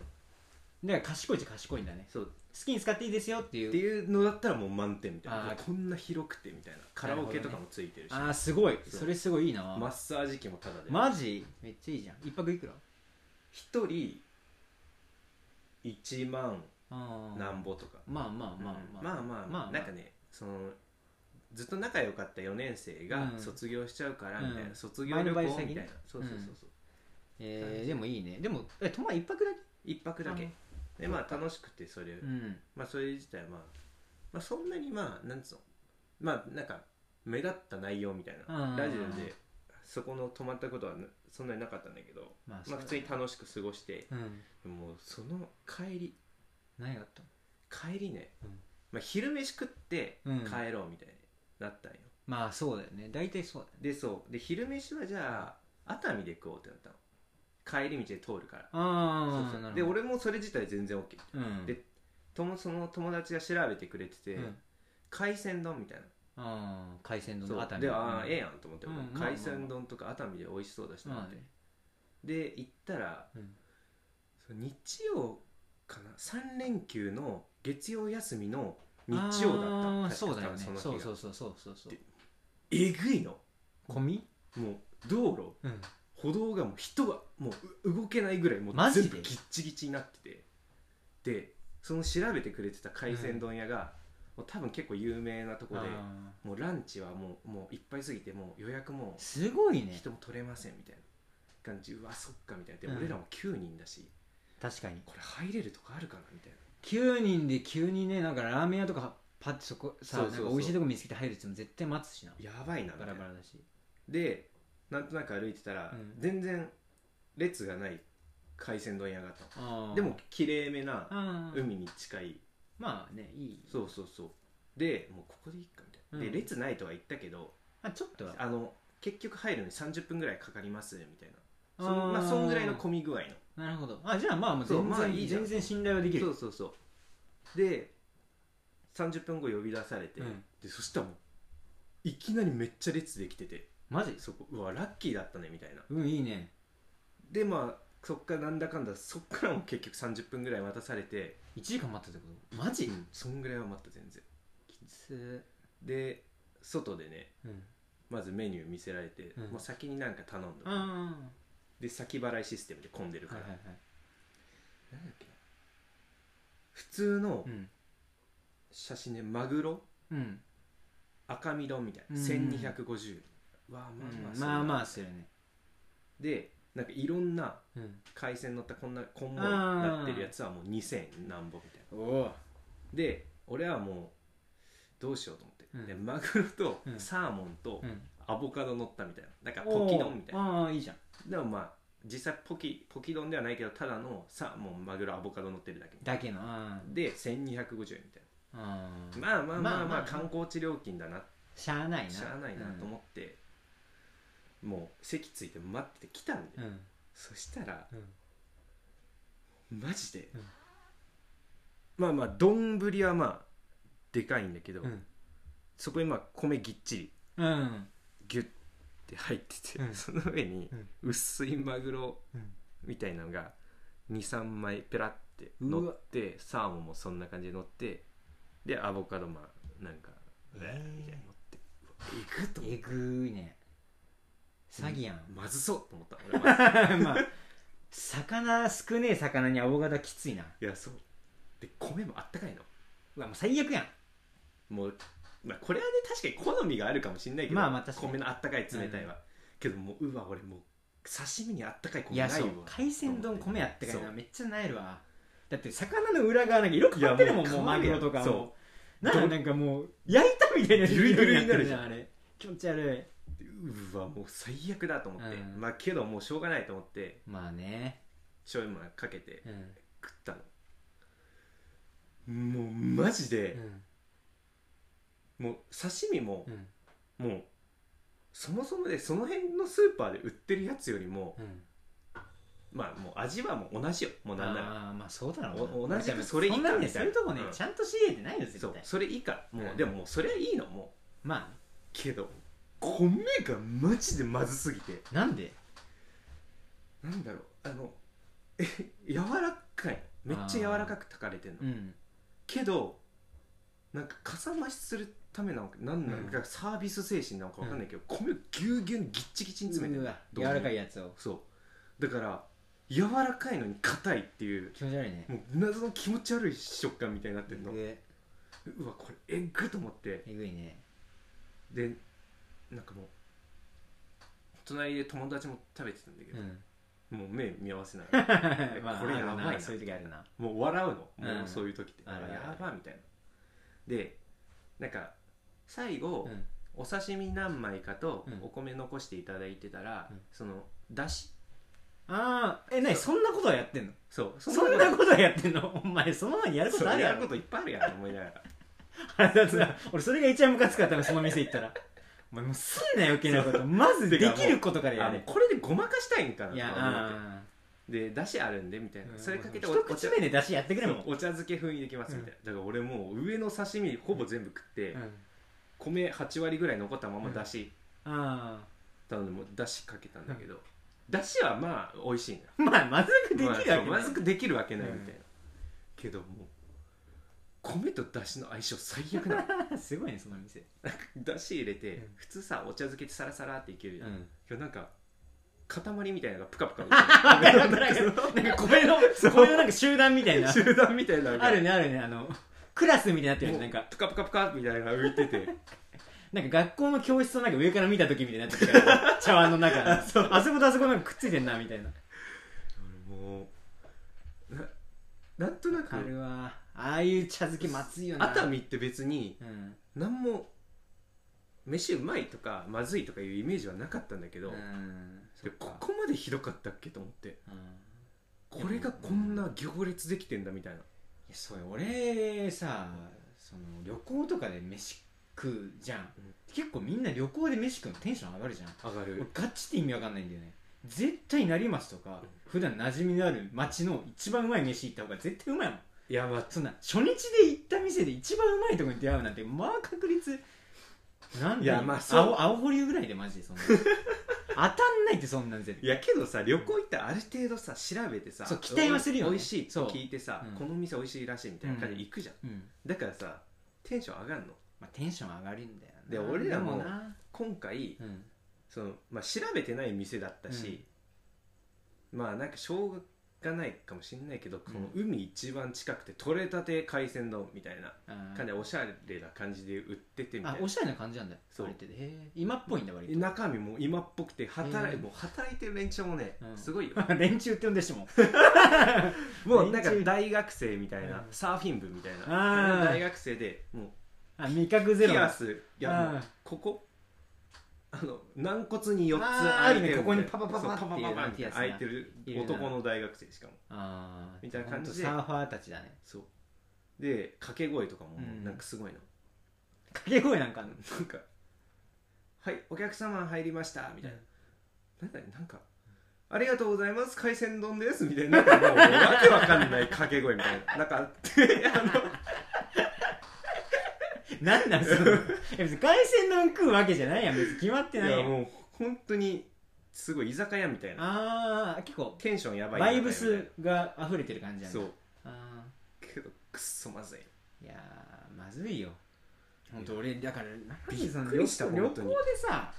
B: だから賢いっちゃ賢いんだね
A: そう
B: 好きに使っていいですよっていう
A: っていうのだったらもう満点みたいな
B: あー
A: こんな広くてみたいなカラオケとかもついてるし
B: ああすごい
A: そう
B: それすごいいいな
A: マッサージ機もタダで
B: マジめっちゃいいじゃん一泊いくら
A: 一人1万
B: ああ
A: なんぼとか
B: まあまあまあまあ
A: まあまあ
B: まあ
A: なんかねそのずっと仲良かった4年生が
B: うん
A: 卒業しちゃうからみたいな、
B: うん
A: 卒業旅行
B: 前
A: み
B: のバイト
A: たい
B: 先
A: な、
B: ね
A: そうそうそうそう
B: えーでもいいねでもえ泊まり一泊だけ
A: 一泊だけでまあ楽しくてそれ、
B: うん
A: まあそれ自体はまあ、まあ、そんなにまあなんつうのまあなんか目立った内容みたい
B: うん
A: なラジオでそこの泊まったことはなそんなになかったんだけど、
B: まあ
A: まあ、普通に楽しく過ごして
B: うん
A: もうその帰り
B: 何があったの
A: 帰りね、
B: うん
A: まあ、昼飯食って
B: うん
A: 帰ろうみたいになったんよ、
B: まあそうだよね大体そうだよ
A: で
B: ね
A: そうで昼飯はじゃあ熱海で食おうってなったの帰り道で通るから
B: あ
A: そう
B: あ
A: そう
B: な
A: で
B: るほど
A: 俺もそれ自体全然 OK
B: うん
A: でともその友達が調べてくれてて、
B: うん
A: 海鮮丼みたいな
B: ああ海鮮丼の
A: そ
B: 熱
A: う
B: 海
A: でああ
B: うん
A: ええやんと思って、
B: うんまあまあ
A: 海鮮丼とか熱海で美味しそうだしな
B: まあ
A: って、
B: ね
A: で行ったら
B: うん
A: そう日曜かな3連休の月曜休みの日曜だった
B: あー
A: 確か
B: そうだよね
A: そ
B: そ
A: の日が
B: うそうそうそうそうそう
A: でえぐいの
B: 込み
A: もう道路
B: うん
A: 歩道がもう人がもうう動けないぐらいも
B: マ
A: う
B: ジで
A: 全部ギッチギチになっててでその調べてくれてた海鮮丼屋が、もう多分結構有名なとこで
B: あ
A: もうランチはもうもういっぱいすぎてもう予約も
B: ーすごいね
A: 人も取れませんみたいな感じうわそっかみたいなで、
B: うん
A: 俺らも9人だし
B: 確かに
A: これ入れるとこあるかなみたいな
B: 9人で急にねなんかラーメン屋とかパッてそこさ
A: そうそうそう
B: なんか美味しいとこ見つけて入るっても絶対待つしな
A: やばいなみた
B: バ
A: い
B: ラ
A: な
B: バラだし
A: でなんとなく歩いてたら、
B: うん
A: 全然列がない海鮮丼屋があったの
B: あー
A: でもきれいめな
B: あー
A: 海に近い
B: まあねいい
A: そうそうそうでもうここでいいかみたいな、
B: う
A: で
B: ん
A: 列ないとは言ったけど
B: まあちょっとは
A: あの結局入るのに30分ぐらいかかりますみたいなそん,、まあ、
B: あー
A: そんぐらいの混み具合の
B: なるほどあじゃあまあもう全
A: そう
B: 然,、
A: まあいいじゃん
B: 全然信頼はできる
A: そうそうそうで30分後呼び出されて、
B: うん
A: でそしたらもういきなりめっちゃ列できてて
B: マジ
A: そこうわラッキーだったねみたいな
B: うんいいね
A: でまあそっからなんだかんだそっからも結局30分ぐらい待たされて
B: 1時間待ったってことマジ、
A: うんそんぐらいは待った全然
B: きつ
A: で外でね
B: うん
A: まずメニュー見せられて、
B: うん
A: もう先になんか頼んだ、
B: あ
A: で先払いシステムで混んでるか
B: あはい
A: ら、
B: はいはい
A: なんだっけな普通の
B: うん
A: 写真でマグロ
B: うん
A: 赤身丼みたいな、
B: うん
A: 1250円わあ
B: うん
A: まあまあ、
B: まあまあするね
A: でなんかいろんな
B: うん
A: 海鮮乗ったこんなこんもになってるやつはもう2000何本みたいな
B: おお
A: で俺はもうどうしようと思って、
B: うん
A: でマグロと
B: うん
A: サーモンと
B: うん
A: アボカド乗ったみたいななんかポキ丼みたいな
B: なああいいじゃん
A: でもまあ実際ポキポキ丼ではないけどただのサーモンマグロアボカド乗ってるだけみたい
B: だけのあ
A: なで1250円みたい
B: あああ
A: なまあまあまあま
B: ま
A: あ、
B: あまあ
A: 観光地料金だな
B: しゃあないな
A: しゃあないなと思って、もう席ついて待ってて来たんで、
B: うんうん
A: そしたら
B: うん
A: マジで、
B: うん
A: まあまあ丼はまあでかいんだけど、
B: うん
A: そこにまあ米ぎっちり
B: うん
A: ギュッて入ってて、
B: うん
A: その上に
B: うん
A: 薄いマグロ
B: うん
A: みたいなのが23枚ペラって乗ってサーモンもそんな感じで乗ってでアボカドまあなんか
B: え
A: う
B: ー
A: わーみたいなの乗ってうわえぐっと思っ
B: えぐいね詐欺やん
A: たまずそうと思った俺 は
B: まあ魚少ねえ魚にアボカドはきついない
A: やそうで米もあったかいの
B: うわもう最悪やん
A: もう、まあ、これはね確かに好みがあるかもしれないけど、
B: まあまあ確かに
A: 米のあったかい冷たいは、けどもううわ俺もう刺身にあったかい
B: い
A: 米
B: や
A: ない
B: そう
A: わ
B: 海鮮丼米あったかい
A: そ
B: な
A: う
B: めっちゃなえるわだって魚の裏側なんか色変わってるもん
A: いや
B: も
A: も
B: う
A: う
B: マグロとか
A: そう
B: もな
A: ど
B: あ
A: ん
B: なんかもう焼いたみたいな
A: ゆるゆるになるじゃん
B: 色になってるあれ気持ち悪
A: うわもう最悪だと思って、
B: うん
A: まあけどもうしょうがないと思って
B: いまあね
A: 醤油もかけて
B: うん、
A: 食ったのもうマジ
B: う
A: で、
B: ん
A: もう刺身も
B: う、ん
A: もうそもそもでその辺のスーパーで売ってるやつよりも、
B: うん、
A: まあもう味はもう同じよもうなんなら
B: ああまあそうだろう
A: お
B: な
A: 同じくそれ以下
B: んなんね
A: みた
B: そ
A: いう
B: い
A: な
B: うとこね、
A: うん
B: ちゃんと仕入れてないよ絶
A: そう
B: 対
A: それ以下もう、
B: うん
A: でももうそれはいいのもう
B: ま
A: けど米がマジでまずすぎて
B: あなんで
A: なんだろうあのえ柔らかいめっちゃ柔らかく炊かれてんの
B: うん
A: けどなんかかさ増しするためなのかなんなのか、
B: う
A: サービス精神なのかわかんないけど、米をぎゅうぎゅうにぎっちぎちに詰めて
B: う
A: る
B: わ柔らかいやつを
A: そうだから柔らかいのに硬いっていう
B: 気持ち悪いね
A: もう謎の気持ち悪い食感みたいになって
B: え
A: るの
B: ぐ
A: うわこれえぐっと思って
B: えぐいね
A: でなんかもう隣で友達も食べてたんだけ
B: う
A: ど、
B: ん
A: もう目見合わせな がらこれやばいな
B: あるそういう時あるな
A: もう笑うの、
B: う
A: も
B: ん
A: うそういう時って
B: あるある
A: やばみたいなでなんか最後、
B: うん
A: お刺身何枚かと
B: うん
A: お米残していただいてたら、
B: うん
A: そのだし
B: ああえなにそんなことはやってんの
A: そう
B: そ
A: の
B: んなことはやってんのお 前その前にやること
A: そう
B: あるや
A: やる
B: ろ
A: こといっぱいあるやん思いなが ら
B: 腹立つな俺それが一番ムカつくから多分その店行ったら お前もうすんなよ余計な ことまずできることからや
A: あもう
B: れ
A: これでごまかしたいんかないと
B: や
A: か思って
B: あ
A: でだしあるんでみたい
B: ー
A: な、
B: うん
A: それかけて
B: もう
A: お
B: 一口目で出しやってくれもん
A: そうお茶漬け風にできますみたいな、だから俺もう上の刺身ほぼ全部食って、
B: うん
A: 米8割ぐらい残ったまま
B: うん
A: だし
B: あ
A: 頼んでもうだしかけたんだけど、だしはまあ美味しいのよ
B: あまあまずくできるわけない
A: まあそうまずくできるわけないみたいな、けどもう米とだしの相性最悪なの
B: すごいねその店
A: だし入れて、
B: うん
A: 普通さお茶漬けってサラサラっていける
B: う
A: じゃん、い
B: ん
A: やなんか塊みたいなのがプカプカ
B: わかるわかるわかるなんか米の
A: そう
B: 米のなんか集団みたいな
A: 集団みたいなのが
B: あるねあるねあのクラスみたいになってる
A: も
B: や
A: う
B: つなんか
A: プカプカプカみたいなのが浮いて て
B: なんか学校の教室をなんか上から見た時みたいになってきたから 茶碗の中あそことあそこなんかくっついてんなみたいな
A: 俺もうななんとなく
B: あるわああいう茶漬けまずいよな
A: 熱海って別に
B: うん
A: 何も飯うまいとかまずいとかいうイメージはなかったんだけ
B: う
A: ど、
B: んそ
A: で
B: っ
A: こ
B: か
A: こまでひどかったっけと思って
B: うんい
A: これがこんな行列できてんだみたいな
B: やそうよ俺さその旅行とかで飯食うじゃん、
A: うん
B: 結構みんな旅行で飯食うのテンション上がるじゃん
A: 上が
B: 俺
A: る
B: ガチって意味わかんないんだよね絶対成増とか普段馴染みのある町の一番うまい飯行った方が絶対うまいもん
A: いやまあ
B: そんな初日で行った店で一番うまいとこに出会うなんてまあ確率なん
A: い
B: だ
A: やまあそう
B: 青青堀ぐらいでマジで そんな当たんないってそんなん絶
A: い
B: 対
A: やけどさ旅行行ってある程度さ調べてさ
B: そう期待はするよね
A: おい美味しいって
B: そう
A: 聞いてさ、
B: うん
A: この店美味しいらしいみたいな感じで行くじゃん、
B: うん
A: だからさテンション上がるの
B: まあ、テンション上がるんだよな
A: で俺らも
B: でな
A: 今回
B: うん
A: その、まあ、調べてない店だったし、まあなんかしょうがないかもしれないけどこの海一番近くて取れたて海鮮丼みたいな
B: あ
A: 感じでおしゃれな感じで売っててみた
B: あ
A: い
B: お
A: な
B: しゃれな感じなんだよ
A: そう
B: あれってねへえ今っぽいんだ割と
A: 中身も今っぽくて働い,、
B: うん
A: もう働いてる連中もね、
B: うん
A: すごいよ
B: 連中って呼んでしも
A: もうなんか
B: 連中
A: 大学生みたいな、
B: うん
A: サーフィン部みたい
B: あ
A: な
B: ー
A: 大学生でもう
B: あ味覚ゼ
A: ピ
B: ロ
A: ア
B: な
A: スい
B: あ
A: や
B: ー
A: もうここあの軟骨に4つ
B: あ
A: 開
B: ー
A: いてる
B: あるねここにパ
A: みた
B: パ
A: いな
B: パパ
A: そう
B: ってい
A: パ
B: う
A: パパパ
B: ピアスな
A: 開いてる
B: いるな
A: 男の大学生しかも
B: あー
A: みたいな感じで
B: ほんとサーファーたちだね
A: そうで掛け声とかも
B: うん
A: なんかすごいの、
B: 掛け声なんかあんの
A: なんか「はいお客様入りました」みたいな、なんだなんか「ありがとうございます海鮮丼です」みたいななんかもうわけわかんない掛け声みたいななんかあってあの
B: なんなんそのいや別に海鮮丼食うわけじゃないやん別に決ま ってない
A: い
B: や
A: や
B: ん
A: もう本当にすごい居酒屋みたいな
B: ああ結構
A: テンションやばい
B: バイブスが溢れてる感じなんだ
A: そう
B: あ
A: けどくっそまずい
B: ーいやーまずいよ本当俺だから
A: びっく
B: 旅
A: りした
B: 行旅
A: 本
B: 行
A: 当
B: で
A: に
B: さ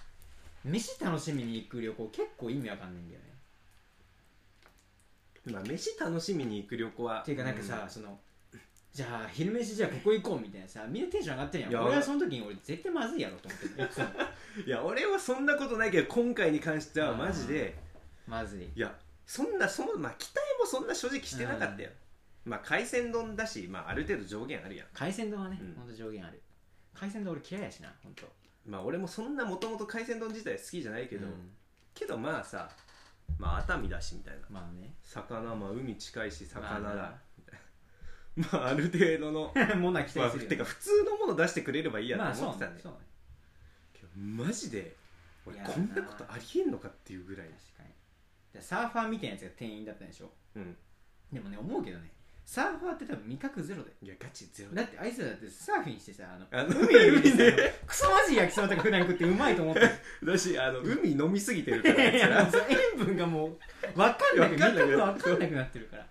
B: 飯楽しみに行く旅行結構意味わかんないんだよね
A: まあ飯楽しみに行く旅行は
B: っていうかなんかさ、そのじゃあ昼飯じゃあここ行こうみたいなさみんなテンション上がってるやん
A: いや
B: 俺はその時に俺絶対まずいやろと思ってるいつも
A: うんいや俺はそんなことないけど今回に関してはマジで
B: まずい
A: いやそんなその、まあ、期待もそんな正直してなかったよ、まあ海鮮丼だし、まあ、ある程度上限あるやん
B: 海鮮丼はね、
A: うん
B: ほんと上限ある海鮮丼俺嫌いやしなほんと
A: まあ俺もそんなもともと海鮮丼自体好きじゃないけど、
B: うん
A: けどまあさまあ熱海だしみたいな
B: まあね
A: 魚まあ海近いし魚
B: まあ
A: だまあある程度の
B: もな期
A: まあ
B: 待するよね
A: てか普通のもの出してくれればいいや
B: まあ
A: と思
B: そ
A: っ
B: う
A: て
B: ね
A: たね
B: そうね
A: けどマジで俺
B: いや
A: こんなことありえんのかっていうぐらい
B: 確かにでサーファーみたいなやつが店員だったんでしょ
A: うん
B: でもね思うけどねサーファーって多分味覚ゼロだよ
A: いやガチゼロ
B: だってあいつらだってサーフィンしてさあの
A: あの
B: 海で
A: 海で
B: クソマジ焼きそばとか普段食ってうまいと思ってる
A: だしあの海飲みすぎてる
B: い
A: から
B: やいや
A: あいつら
B: もう塩分がもう分かんない味
A: わかんない
B: 覚が分かんなくなってるから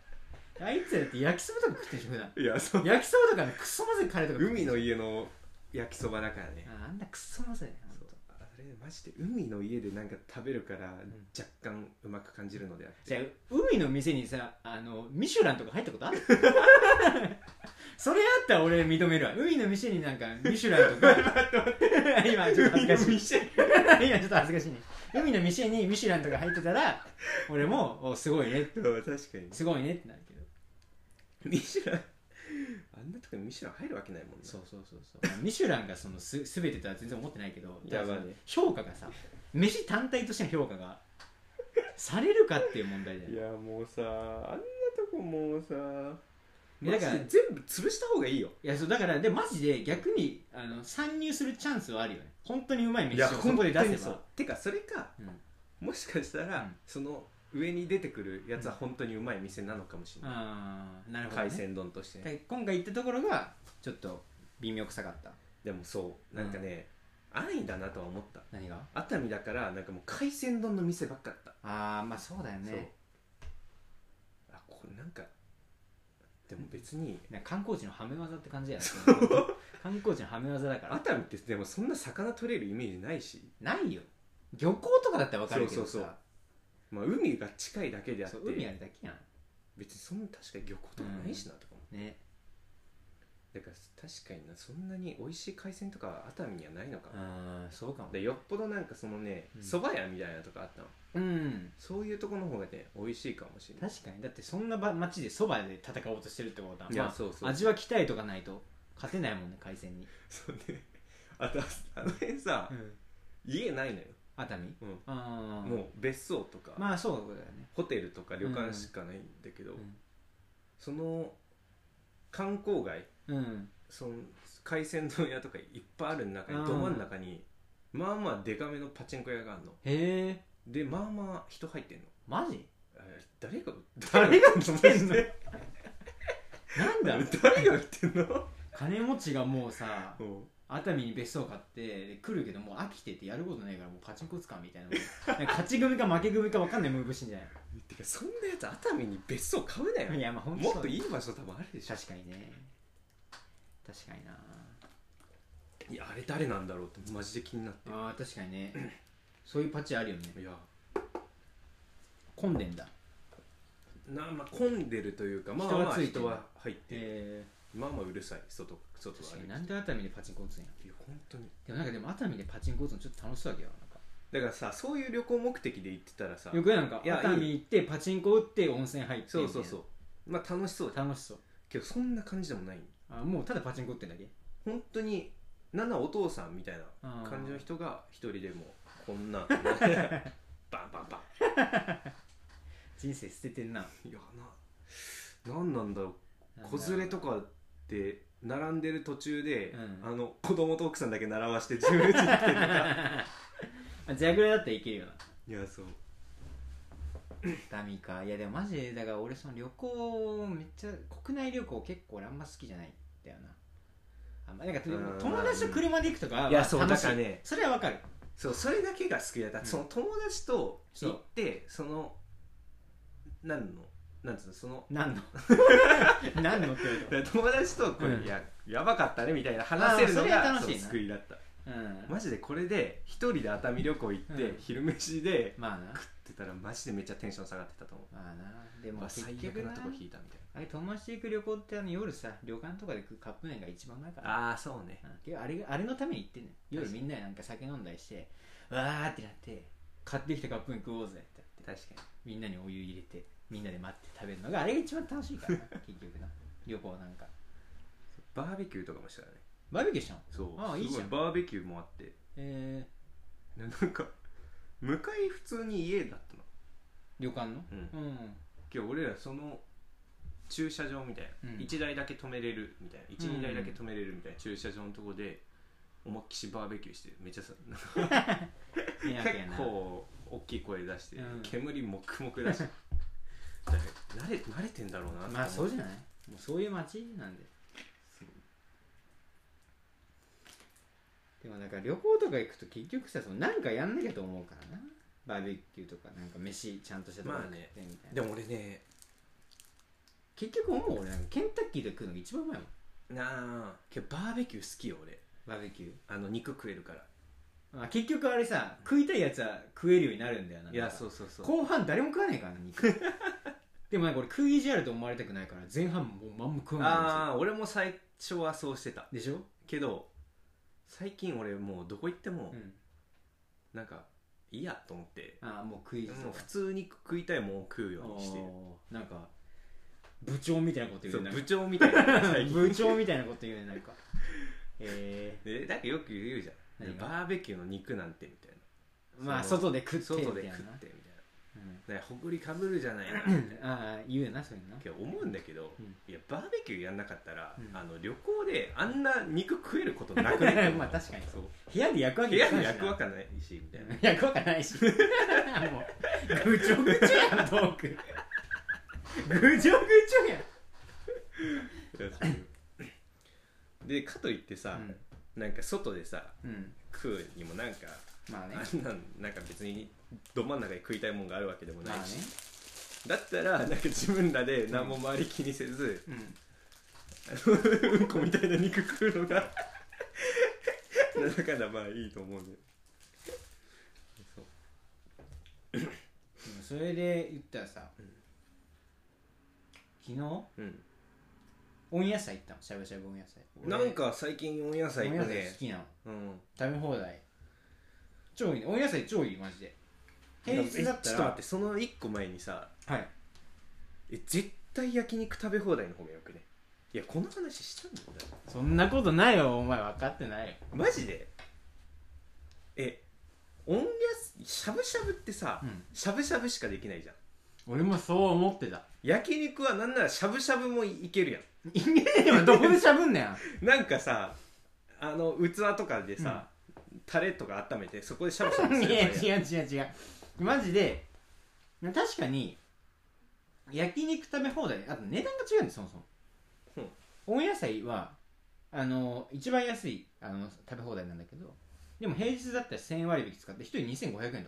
B: あいつらだって焼きそばとか食ってるでしょ普段
A: いやそう
B: 焼きそばとかねクソまずいカレーとか食って
A: 海
B: る
A: の家の焼きそばだからね
B: ああんなクソまずいねほん
A: そう
B: と
A: あれマジで海の家でなんか食べるから若干うまく感じるのであって
B: じゃあ海の店にさあのミシュランとか入ったことある それやったら俺認めるわ海の店になんかミシュラン とか今ちょっと恥ずかしい 今ちょっと恥ずかしいね海の店にミシュランとか入ってたら俺もおすごいね
A: そう確かに
B: すごいねってなるけど
A: ミシュランあんなとこにミシュラン入るわけないもんね
B: そうそうそうそうミシュランがそのす全てとは全然思ってないけど
A: いやまあね
B: 評価がさ飯単体としての評価がされるかっていう問題だよね
A: やもうさあんなとこもうさ
B: え
A: マ
B: だ
A: ジ
B: から
A: で全部潰した方がいいよ
B: いやそうだからでマジで逆にあの参入するチャンスはあるよね本当にうまい飯をそこで出せば
A: そうてかそれか
B: うん、
A: もしかしたら、
B: うん
A: その上に出てくるやつは本当にうまい店なのかもしれない、
B: ああなるほど、ね、
A: 海鮮丼としてね、
B: で今回行ったところがちょっと微妙くさかった
A: でもそうなんかね、安易だなとは思った
B: 何が
A: 熱海だからなんかもう海鮮丼の店ばっかだった、
B: ああまあそうだよ
A: そう
B: ね
A: あこれなんかでも別に
B: なんか観光地のはめ技って感じやね 観光地のはめ技だから
A: 熱海ってでもそんな魚取れるイメージないし、
B: ないよ漁港とかだったら分かるけどさ
A: そうそうそうまあ、海が近いだけであって
B: そう海あるだけや
A: 別にそんな確かに漁港とかないしなとかも、
B: んね
A: だから確かになそんなに美味しい海鮮とか熱海にはないのかも、
B: ああそうかも
A: でよっぽどなんかそのね
B: うん
A: 蕎麦屋みたいなのとかあったの
B: うん
A: そういうとこの方がね美味しいかもしれない
B: 確かにだってそんなば町でそばで戦おうとしてるってことは、
A: い
B: ま
A: や
B: あ、
A: そうそう
B: 味は期待とかないと勝てないもんね海鮮に、
A: そうねあとあの辺さ家ないのよ、
B: 熱海
A: うん
B: ああ
A: もう別荘とか、
B: まあそうだよね
A: ホテルとか旅館しかないんだけど、
B: うん
A: その観光街
B: うん
A: その海鮮丼屋とかいっぱいある中に
B: うん
A: ど真ん中にまあまあデカめのパチンコ屋があるの
B: へえ
A: でまあまあ人入ってんの
B: マジ
A: えー誰が
B: 誰が来てんの
A: マジで
B: なんだ
A: 誰が来てんの
B: 金持ちがもうさ
A: うん
B: 熱海に別荘買ってで来るけどもう飽きててやることないからもうパチンコ打つかみ たいななんか勝ち組か負け組か分かんないムーブしてんじゃない
A: てかそんなやつ熱海に別荘買うなよ
B: いやまあ本当
A: もっとい
B: い
A: い場所多分あるでしょ
B: 確かにね確かにない
A: やあれ誰なんだろうってマジで気になって
B: あー確かにねそういうパチあるよね
A: いや
B: 混んでんだ
A: なまあ混んでるというかまあ
B: 人が
A: まあ
B: ついて
A: 人
B: る
A: は入ってる
B: え
A: まあまあうるさい外外歩
B: ー、確
A: いて
B: かに
A: い
B: なんで熱海でパチンコ打つんや
A: や本当に
B: でもなんかでも熱海でパチンコ打つのちょっと楽しそうだけどなんか
A: だからさそういう旅行目的で行ってたらさ
B: よくなんか
A: いや
B: 熱海行ってパチンコ打って温泉入って
A: そうそうそう
B: う
A: まあ楽しそうだ
B: 楽しそう
A: けどそんな感じでもない
B: あもうただパチンコ打ってんだけ
A: 本当になんならお父さんみたいな
B: あー
A: 感じの人が一人でもこん なバンバンバ
B: 人生捨ててんな
A: ンいやな何なんだろう子連れとかで並んでる途中で、
B: うん
A: あの子供と奥さんだけ習わして自分家に来てるの か
B: あじゃぐらいだったらいけるよない
A: やそう
B: ダミーかいやでもマジでだから俺その旅行めっちゃ国内旅行結構俺あんま好きじゃないんだよなあんまなんか
A: うん
B: 友達と車で行くとかはい
A: やそう
B: 楽しい
A: だからね
B: それはわかる
A: そうそれだけが好きだった、
B: うん
A: その友達と
B: そう
A: 行ってそのなんのなんつうのその
B: 何の何のって言わ
A: だから
B: れた
A: 友達とこれ、
B: うん
A: いややばかったねみたいな話せるの
B: あーそれは
A: が
B: 楽しい
A: そう
B: な
A: 救いだった
B: うん
A: マジでこれで一人で熱海旅行行って、
B: うん
A: 昼飯で
B: まあな
A: 食ってたらマジでめっちゃテンション下がってたと思う
B: まあなで
A: う
B: も
A: わ
B: 結
A: 最
B: 局
A: 悪
B: な
A: なとこ引いたみたい
B: あれ友達と行く旅行ってあの夜さ旅館とかで食うカップ麺が一番うまいから
A: なああそうね
B: うんけどあれあれのために行ってんのよ夜みんなでなんか酒飲んだりしてわーってなって買ってきたカップ麺食おうぜってなって
A: 確か
B: みんなにお湯入れてみんなで待って食べるのがあれが一番楽しい からな結局な旅行なんか
A: にバーベキューとかもしたよね
B: バーベキューしたの
A: そう
B: ああいいじゃん
A: すごバーベキューもあって
B: え
A: ななんか向かい普通に家だったの
B: ー、旅館の
A: うん
B: うん、
A: 今日俺らその駐車場みたいな、
B: うん
A: 1台だけ止めれるみたいな
B: うん
A: 12台だけ止めれるみたいな駐車場のとこで思いっきしバーベキューしてめっちゃさなんか
B: 迷惑や
A: 結
B: な
A: 構大きい声出して、
B: うん
A: 煙もくもくだしだから慣れ慣れてんだろうなって
B: まあそうじゃ
A: ない
B: ないもうそういう街なんででもなんか旅行とか行くと結局さそのなんかやんなきゃと思うからなバーベキューとかなんか飯ちゃんとしたとこで食ってみたいな、
A: でも俺ね
B: 結局思う俺なんかケンタッキーで食うのが一番うまいもん
A: なあけどバーベキュー好きよ俺
B: バーベキュー
A: あの肉食えるから
B: まあ、結局あれさ食いたいやつは食えるようになるんだよない
A: や
B: う
A: そうそうそう
B: 後半誰も食わねえからな肉 でもなんか俺食い意地あると思われたくないから前半もうまんま食わないようにして
A: ああ俺も最初はそうしてた
B: るでしょ、
A: けど最近俺もうどこ行っても
B: うん、
A: なんかいいやと思って、
B: ああもう食い意地
A: もう普通に食いたいもんを食うようにしてる
B: おーなんか部長みたいなこと言
A: そうう
B: ね
A: 部長みたいな
B: な
A: 最
B: んか
A: 近
B: 部長みたいなこと言うねなんかえ
A: えなんかよく言うじゃん
B: 何が
A: バーベキューの肉なんてみたい
B: ー、まあ
A: その
B: 外で食ってみ
A: な外
B: たい
A: で
B: な
A: 食ってみたいなね、ほこりかぶるじゃないな
B: う
A: みたい
B: ん、ああ言うよなそういうのな
A: な思うんだけど、
B: うん
A: いやバーベキューやんなかったら、
B: うん
A: あの旅行であんな肉食えることなくない
B: まあ確かに
A: そう
B: 部屋で焼くわ
A: 部
B: けい
A: 屋
B: かん
A: で
B: しな
A: 焼くわけないしみたいな、
B: 役わかないし もうぐちょぐちょやんトークぐちょぐちょやん
A: でかといってさ、なんか外でさ
B: うん、うん、
A: 食うにもなんか
B: まあね
A: あんなんなんか別にど真ん中で食いたいもんがあるわけでも
B: ま
A: な
B: あ
A: い
B: ね
A: し、だったらなんか自分らで何も周り気にせず、
B: うん
A: うんこみたいな肉食うのがなんだかんだまあいいと思うねそう
B: でもそれで言ったらさ、
A: うん
B: 昨日
A: うん、
B: 温野菜行ったのしゃぶしゃぶ温野菜
A: なんか最近温野菜
B: 温
A: 行
B: 野
A: く
B: 菜
A: ね
B: 好、きなの
A: うん、
B: 食べ放題超いいね温野菜超いいマジで平日だっ
A: えちょ
B: た
A: っ
B: ら
A: と待ってその1個前にさ
B: はい
A: え絶対焼肉食べ放題の方がよくねいやこの話したんだよ
B: そんなことないよお前分かってないよ
A: マジでえ温野しゃぶしゃぶってさ、
B: うん
A: しゃぶしゃぶしかできないじゃん
B: 俺もそう思ってた
A: 焼肉はなんならしゃぶしゃぶもいけるやん
B: 今どこでしゃぶ んねん
A: なんかさあの器とかでさ、タレとか温めてそこでしゃぶしゃぶする
B: い
A: とか
B: や
A: やん
B: 違う違う違うマジで確かに焼肉食べ放題あと値段が違うんですそもそも、温野菜はあの一番安いあの食べ放題なんだけどでも平日だったら1000円割引使って1人2500円とかなの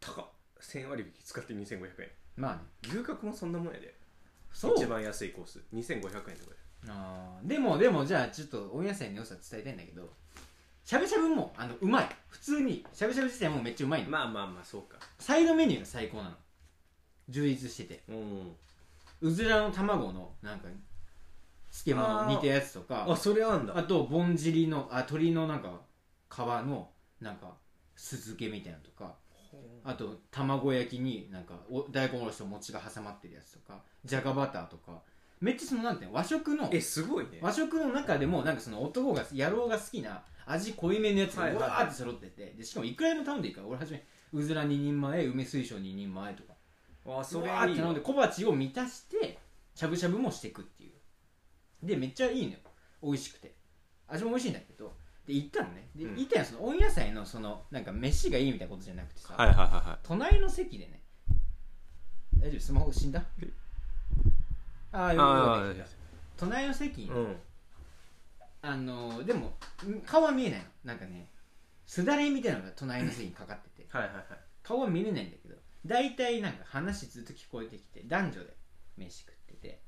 A: 高っ1000割引使って2500円
B: まあね
A: 牛角もそんなもんやで
B: そう
A: 一番安いコース2500円とかで
B: あーでもでもじゃあちょっと温野菜の良さ伝えたいんだけどしゃぶしゃぶもあのうまい普通にしゃぶしゃぶ自体もめっちゃうまいの、
A: まあまあまあそうか
B: サイドメニューが最高なの充実してて
A: うん
B: うずらの卵のなんか漬物煮たやつとか
A: あそれあん
B: あ
A: だ
B: とぼんじりのあ鶏のなんか皮のなんか酢漬けみたいなのとかあと卵焼きになんかお大根おろしと餅が挟まってるやつとかじゃがバターとかめっちゃそのなんていうの和食の
A: えすごいね
B: 和食の中でもなんかその男が野郎が好きな味濃いめのやつが
A: はいうはい
B: わーって揃っててでしかもいくらでも頼んでいいから俺はじめうずら2人前梅水晶2人前とか
A: あそれ
B: うわー
A: い
B: っ
A: い
B: て頼ん
A: よ
B: で小鉢を満たしてしゃぶしゃぶもしていくっていうでめっちゃいいのよ美味しくて味も美味しいんだけどで行ったのねで、
A: うん
B: 行ったのはその温野菜のそのなんか飯がいいみたいなことじゃなくてさ、
A: はいはいはいはい
B: 隣の席でね大丈夫スマホ死んだああよ
A: あ
B: かった隣の席にね、
A: うん
B: あのーでもん顔は見えないのなんかねすだれみたいなのが隣の席にかかってて
A: はいはいはい
B: 顔は見れないんだけど大体なんか話ずっと聞こえてきて男女で飯食ってて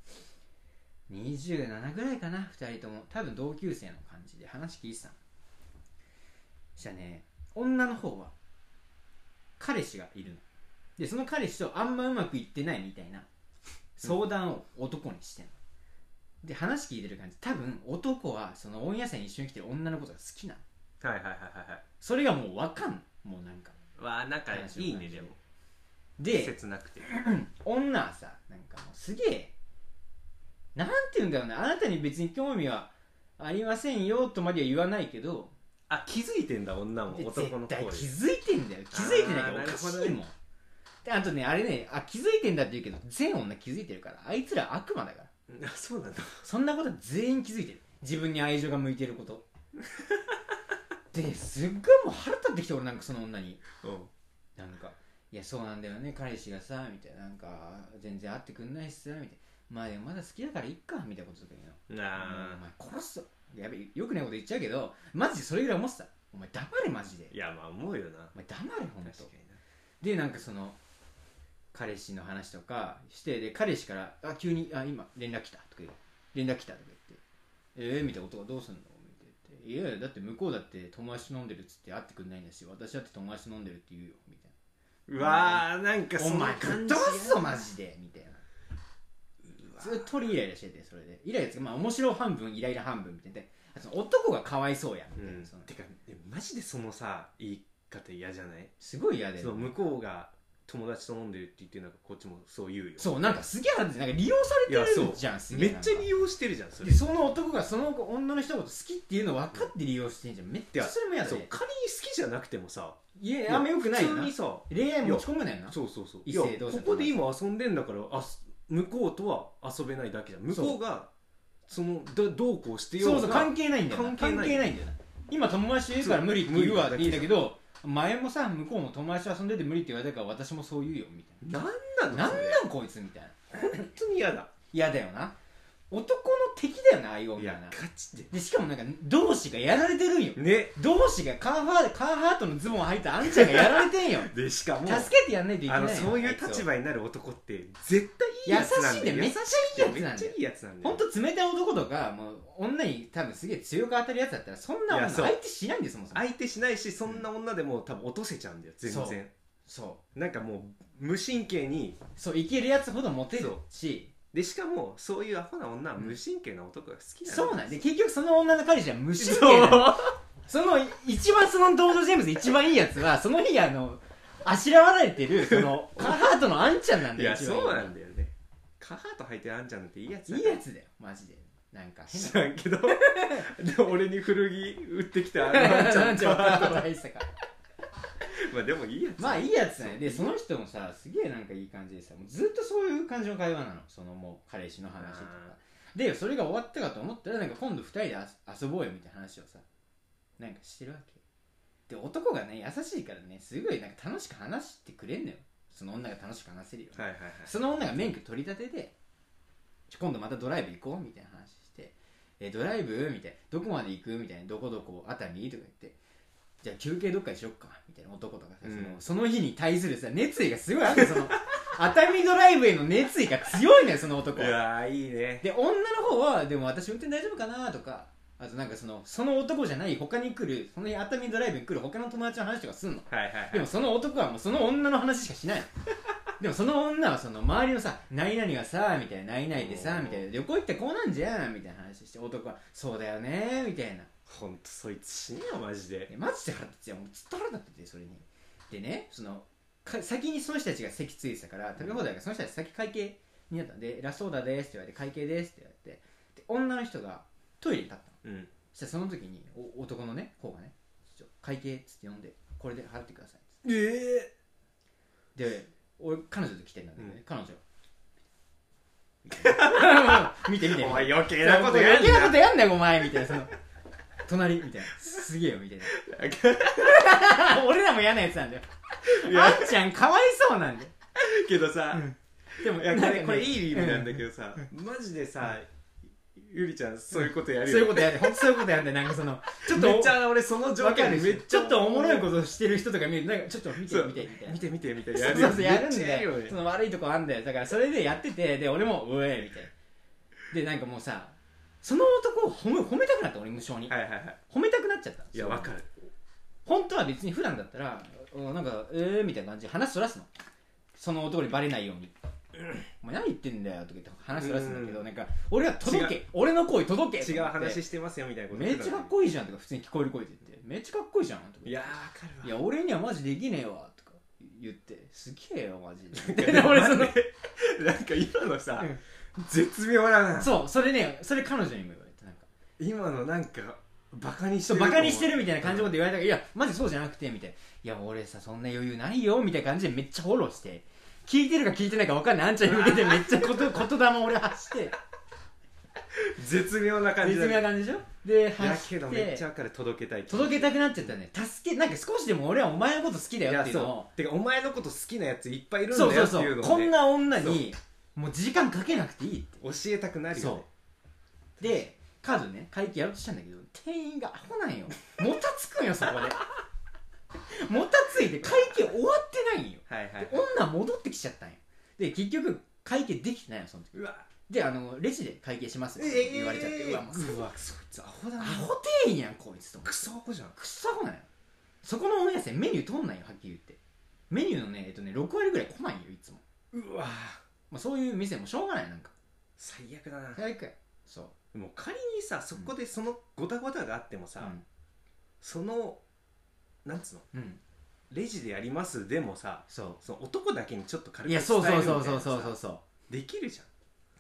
B: 27ぐらいかな2人とも多分同級生の感じで話聞いてたのそしたらね女の方は彼氏がいるのでその彼氏とあんまうまくいってないみたいな相談を男にしてんの、で話聞いてる感じ多分男はその温野菜に一緒に来てる女のことが好きなの
A: はいはいはいはいはい
B: それがもう分かんのもうなんか
A: わあなんかいいね
B: 話
A: でも
B: で
A: 切なくて
B: 女はさなんかもうすげえなんて言うんだろうなあなたに別に興味はありませんよとまでは言わないけど
A: あ気づいてんだ女も
B: で
A: 男の
B: 絶対
A: 声
B: 気づいてんだよ気づいてないか
A: あー
B: らお
A: なる
B: か
A: ほど
B: しいもんであとねあれねあ気づいてんだって言うけど全女気づいてるからあいつら悪魔だから
A: あそうなんだ
B: そんなことは全員気づいてる自分に愛情が向いてること ですっごいもう腹立ってきて俺なんかその女に
A: うん
B: なんか「いやそうなんだよね彼氏がさ」みたいな「なんか全然会ってくんないしさ」みたいな「まあでもまだ好きだからいっか」みたいなこととか言うの「
A: なあ
B: お前殺すぞ」やべよくないこと言っちゃうけどマジでそれぐらい思ってた「お前黙れマジで
A: い」やまあ思うよな
B: 「お前黙れほんと
A: 確か」にな
B: でなんかその彼氏の話とかしてで彼氏から「あ急にあ今連絡来た」とか言う連絡来た」とか言って「ええー」みたいなことがどうすんの?」みたいな言って「いやだって向こうだって友達と飲んでるっつって会ってくんないんだし私だって友達と飲んでるって言うよ」みたいな
A: うわーなんか
B: お
A: そん
B: 前
A: な
B: ぶ
A: 感
B: っ飛
A: じ
B: ばすぞマジでみたいなずっとイライラしててそれでイライラつまあ面白半分イライラ半分みたいなあその男がかわいそうやみ
A: う
B: たいな、
A: ん
B: その
A: てかえマジでそのさ言い方嫌じゃない
B: すごい嫌で
A: その向こうが友達と飲んでるって言ってるのがこっちもそう言うよ
B: そうなんかすげえなんか利用されてるじゃんすげ
A: め
B: え
A: っちゃ利
B: 用
A: 用してるじゃんそれ
B: でその男がその女の人のこと好きっていうの分かって利用してんじゃんめっちゃそれも嫌だ
A: そう
B: ね
A: 仮に好きじゃなくてもさ
B: いやあんまよくないよ
A: 普通
B: な
A: にさ
B: 恋愛持ち込むなよな
A: そうそうそう
B: 異
A: い
B: 性
A: や
B: 同士
A: こ
B: の友達
A: こで今遊んでんだからあす向こうとは遊べないだけじゃん向こうがそのどどうこうしてよ
B: そうそうう
A: が
B: 関係ないんだよな
A: 関係ない
B: 関係ないんだよな今友達と言うから無理って言うわっていいんだけど前もさ向こうも友達と遊んでて無理って言われたから私もそう言うよみた
A: な
B: い
A: ん
B: な
A: な
B: な
A: のそ
B: ん
A: れ
B: なんこいつみたいな
A: 本当に嫌だ
B: 嫌だよな男の敵だよなああいう
A: い
B: 女
A: や
B: な
A: ガチで
B: でしかもなんか同志がやられてるんよ
A: ね
B: 同志がカーファーカーハートのズボン履いたあんちゃんがやられてんよ
A: でし かも
B: 助けてやんないといけな
A: あ
B: いよ
A: のそういう立場になる男って絶対いいやつなんだよ
B: 優しいんだよめっちゃいいやつなん
A: め
B: だよ
A: っちゃいいやつなんだ
B: 本
A: よ
B: 当冷たい男とかもう女に多分すげえ強く当たるやつだったらそんない女
A: やそう
B: 相手しないんですもんそも
A: 相手しないしそんな女でも多分落とせちゃうんだよ全
B: そ
A: 然
B: そ
A: なんかもう無神経に
B: うそういけるやつほどモテる
A: そう
B: し
A: でしかもそういうアホな女は無神経な男が好きな
B: そうなんんで結局その女の彼氏は無神経なの
A: そう
B: その一番その登場人物で一番いいやつはその日あのあしらわれてる そのカーハートのあんちゃんなん
A: い
B: だよ
A: や
B: 一番
A: そうなん
B: い
A: だよねカハート履いてるあんちゃんなんていいやつ
B: いいやつだよマジでなんか変
A: 知
B: な
A: らんけどで俺に古着売ってき たあのあんちゃ
B: あん
A: ん
B: ち
A: と
B: ゃん
A: ま
B: カーハート入ってたから
A: あでもいいやつ
B: まあいいやつだよで
A: そ
B: そうの人もさすげえなんかいい感じでさもうずっとそういう感じの会話なのそのもう彼氏の話とかでそれが終わったかと思ったらなんか今度二人で遊遊ぼうよみたいな話をさなんかしてるわけで男がね優しいからねすごいなんか楽しく話してくれんのよその女が楽しく話せるように、
A: はいはいはい
B: その女が免許取り立てでちょ今度またドライブ行こうみたいな話してえドライブみたいなどこまで行くみたいなどこどこ熱海とか言ってじゃあ休憩どっかにしよっかみたいな男とかさ、その
A: うん
B: その日に対するさ熱意がすごいあるその 熱海ドライブへの熱意が強いのよその男はい
A: やーいいね
B: で女の方はでも私運転大丈夫かなとかあとなんかそのその男じゃない他に来るその熱海ドライブに来る他の友達の話とかすんの
A: はいはいはい
B: でもその男はもうその女の話しかしないのでもその女はその周りのさ「何々がさ」みたいな「何々でさ
A: お」ー
B: みたいな「旅行行ってこうなんじゃん」みたいな話して男は「そうだよね」みたいな
A: ほんとそいつ死ねよマジで
B: でマジで腹立つよもうずっと腹立っててそれにでねそのか先にその人たちが席ついてたから食べ放題がその人たち先会計になったんで「ラストオーダーです」って言われて「会計です」って言われてで女の人がトイレに立ったの
A: うん
B: そしたらその時にお男のね方がね「ちょ会計」っつって呼んで「これで払ってください」
A: ええ
B: で俺彼女と来てんだけどね、
A: うん
B: 彼女 見て見て見て
A: お前余計なことやん
B: 余計な
A: な
B: ことやんなよお前みたいなその隣みたいなすげえよみたいな俺らも嫌な やつなんだよ
A: いや
B: あんちゃんかわいそうなんだよ
A: けどさ、
B: でも
A: いやこ
B: なんか
A: れ
B: ね
A: これいい意味なんだけどさ、マジでさ、ゆりちゃんそういうことや
B: うん
A: る
B: そう
A: よ、
B: いうことやんねほんとそういうことやんねなんかそのちょっと
A: めっちゃ俺その条
B: わか
A: 件
B: る
A: め
B: し
A: っちゃ
B: ちょっとおもろいことしてる人とか見るとなんかちょっと見て
A: そう
B: 見てみたいな
A: 見て見てみたいな
B: そうそうそうやるん
A: めっちゃや
B: だ
A: る
B: よ
A: よね
B: その悪いとこあんだよだからそれでやっててで俺も「うえ」みたいなでなんかもうさその男を褒め褒めたくなった俺無性に、
A: はいはいはい
B: 褒めたくなっちゃった
A: いやわかる
B: 本当は別に普段だったらうんなんか「えー」みたいな感じで話そらすのその男にバレないように「お前何言ってんだよ」とか言って話そらすんだけど、
A: うん
B: なんか俺は届け俺の声届け
A: 違う話
B: し
A: してますよみたいなこと
B: めっちゃかっこいいじゃんとか普通に聞こえる声で言って「めっちゃかっこいいじゃん」とか言って
A: いやーわかるわ
B: いや俺にはマジできねえわとか言ってすげえよマジで
A: い
B: で
A: や
B: 俺そ
A: な
B: の
A: ん でなんか今のさ、
B: うん
A: 絶妙だな
B: そうそれねそれ彼女にも言われてなんか
A: 今のなんかバカにして
B: そう
A: る
B: バカにしてるみたいな感じ
A: も
B: のこと言われたからいやマジそうじゃなくてみたいないや俺さそんな余裕ないよみたいな感じでめっちゃフォローして聞いてるか聞いてないか分かんないあんちゃんに向 けてめっちゃこと言霊俺発して
A: 絶妙な感じ
B: 絶
A: だ
B: 妙な
A: ね
B: 感じでしょで
A: いや
B: 発
A: け
B: し
A: どめってちゃわかる届けたい気持ち
B: 届けたくなっちゃったね助けなんか少しでも俺はお前のこと好きだ
A: い
B: よ
A: や
B: っていうのを
A: そうてかお前のこと好きなやついっぱいいるんだ
B: そうそ
A: よっ
B: う
A: て
B: そ
A: いう
B: う
A: のを、ね、
B: こんな女にもう時間かけなくていいって
A: 教えたくなるよ、ね、
B: そうでカードね会計やろうとしたんだけど店員がアホなんよもたつくんよそこでもたついて会計終わってないんよ
A: はいはいはい
B: で女戻ってきちゃったんよで結局会計できてないよその時
A: うわ
B: であのレジで会計しますよって言われちゃって、うわもうさ
A: うわそいつアホだ
B: ア
A: な
B: ホ店員やんこいつと
A: クソアホじゃん
B: くっさこないよそこのおやせメニュー取んないよはっきり言ってメニューのねえっとね6割ぐらい来ないよいつも、
A: うわ
B: まあ、そういう店もしょうがないなんか
A: 最悪だな
B: 最悪やそう
A: もう仮にさそこでそのゴタゴタがあってもさ、
B: うん
A: そのなんつうの
B: うん
A: レジでやりますでもさ
B: そう
A: その男だけにちょっと軽く
B: いやそうそうそうそうそうそううそう
A: できるじゃん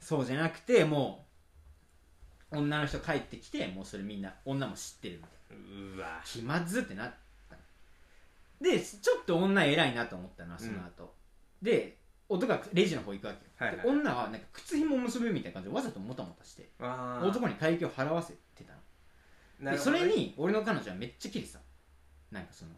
B: そうじゃなくてもう女の人帰ってきてもうそれみんな女も知ってるみたいう
A: わ
B: な気まずってなったのでちょっと女偉いなと思ったのはその後、で男がレジの方行くわけよ、
A: はいはい
B: で女はなんか靴ひも結ぶみたいな感じでわざともたもたして
A: あー
B: 男に会計を払わせてたの
A: な
B: で
A: るほ
B: そ
A: どね
B: れに俺の彼女はめっちゃキレてたのなんかその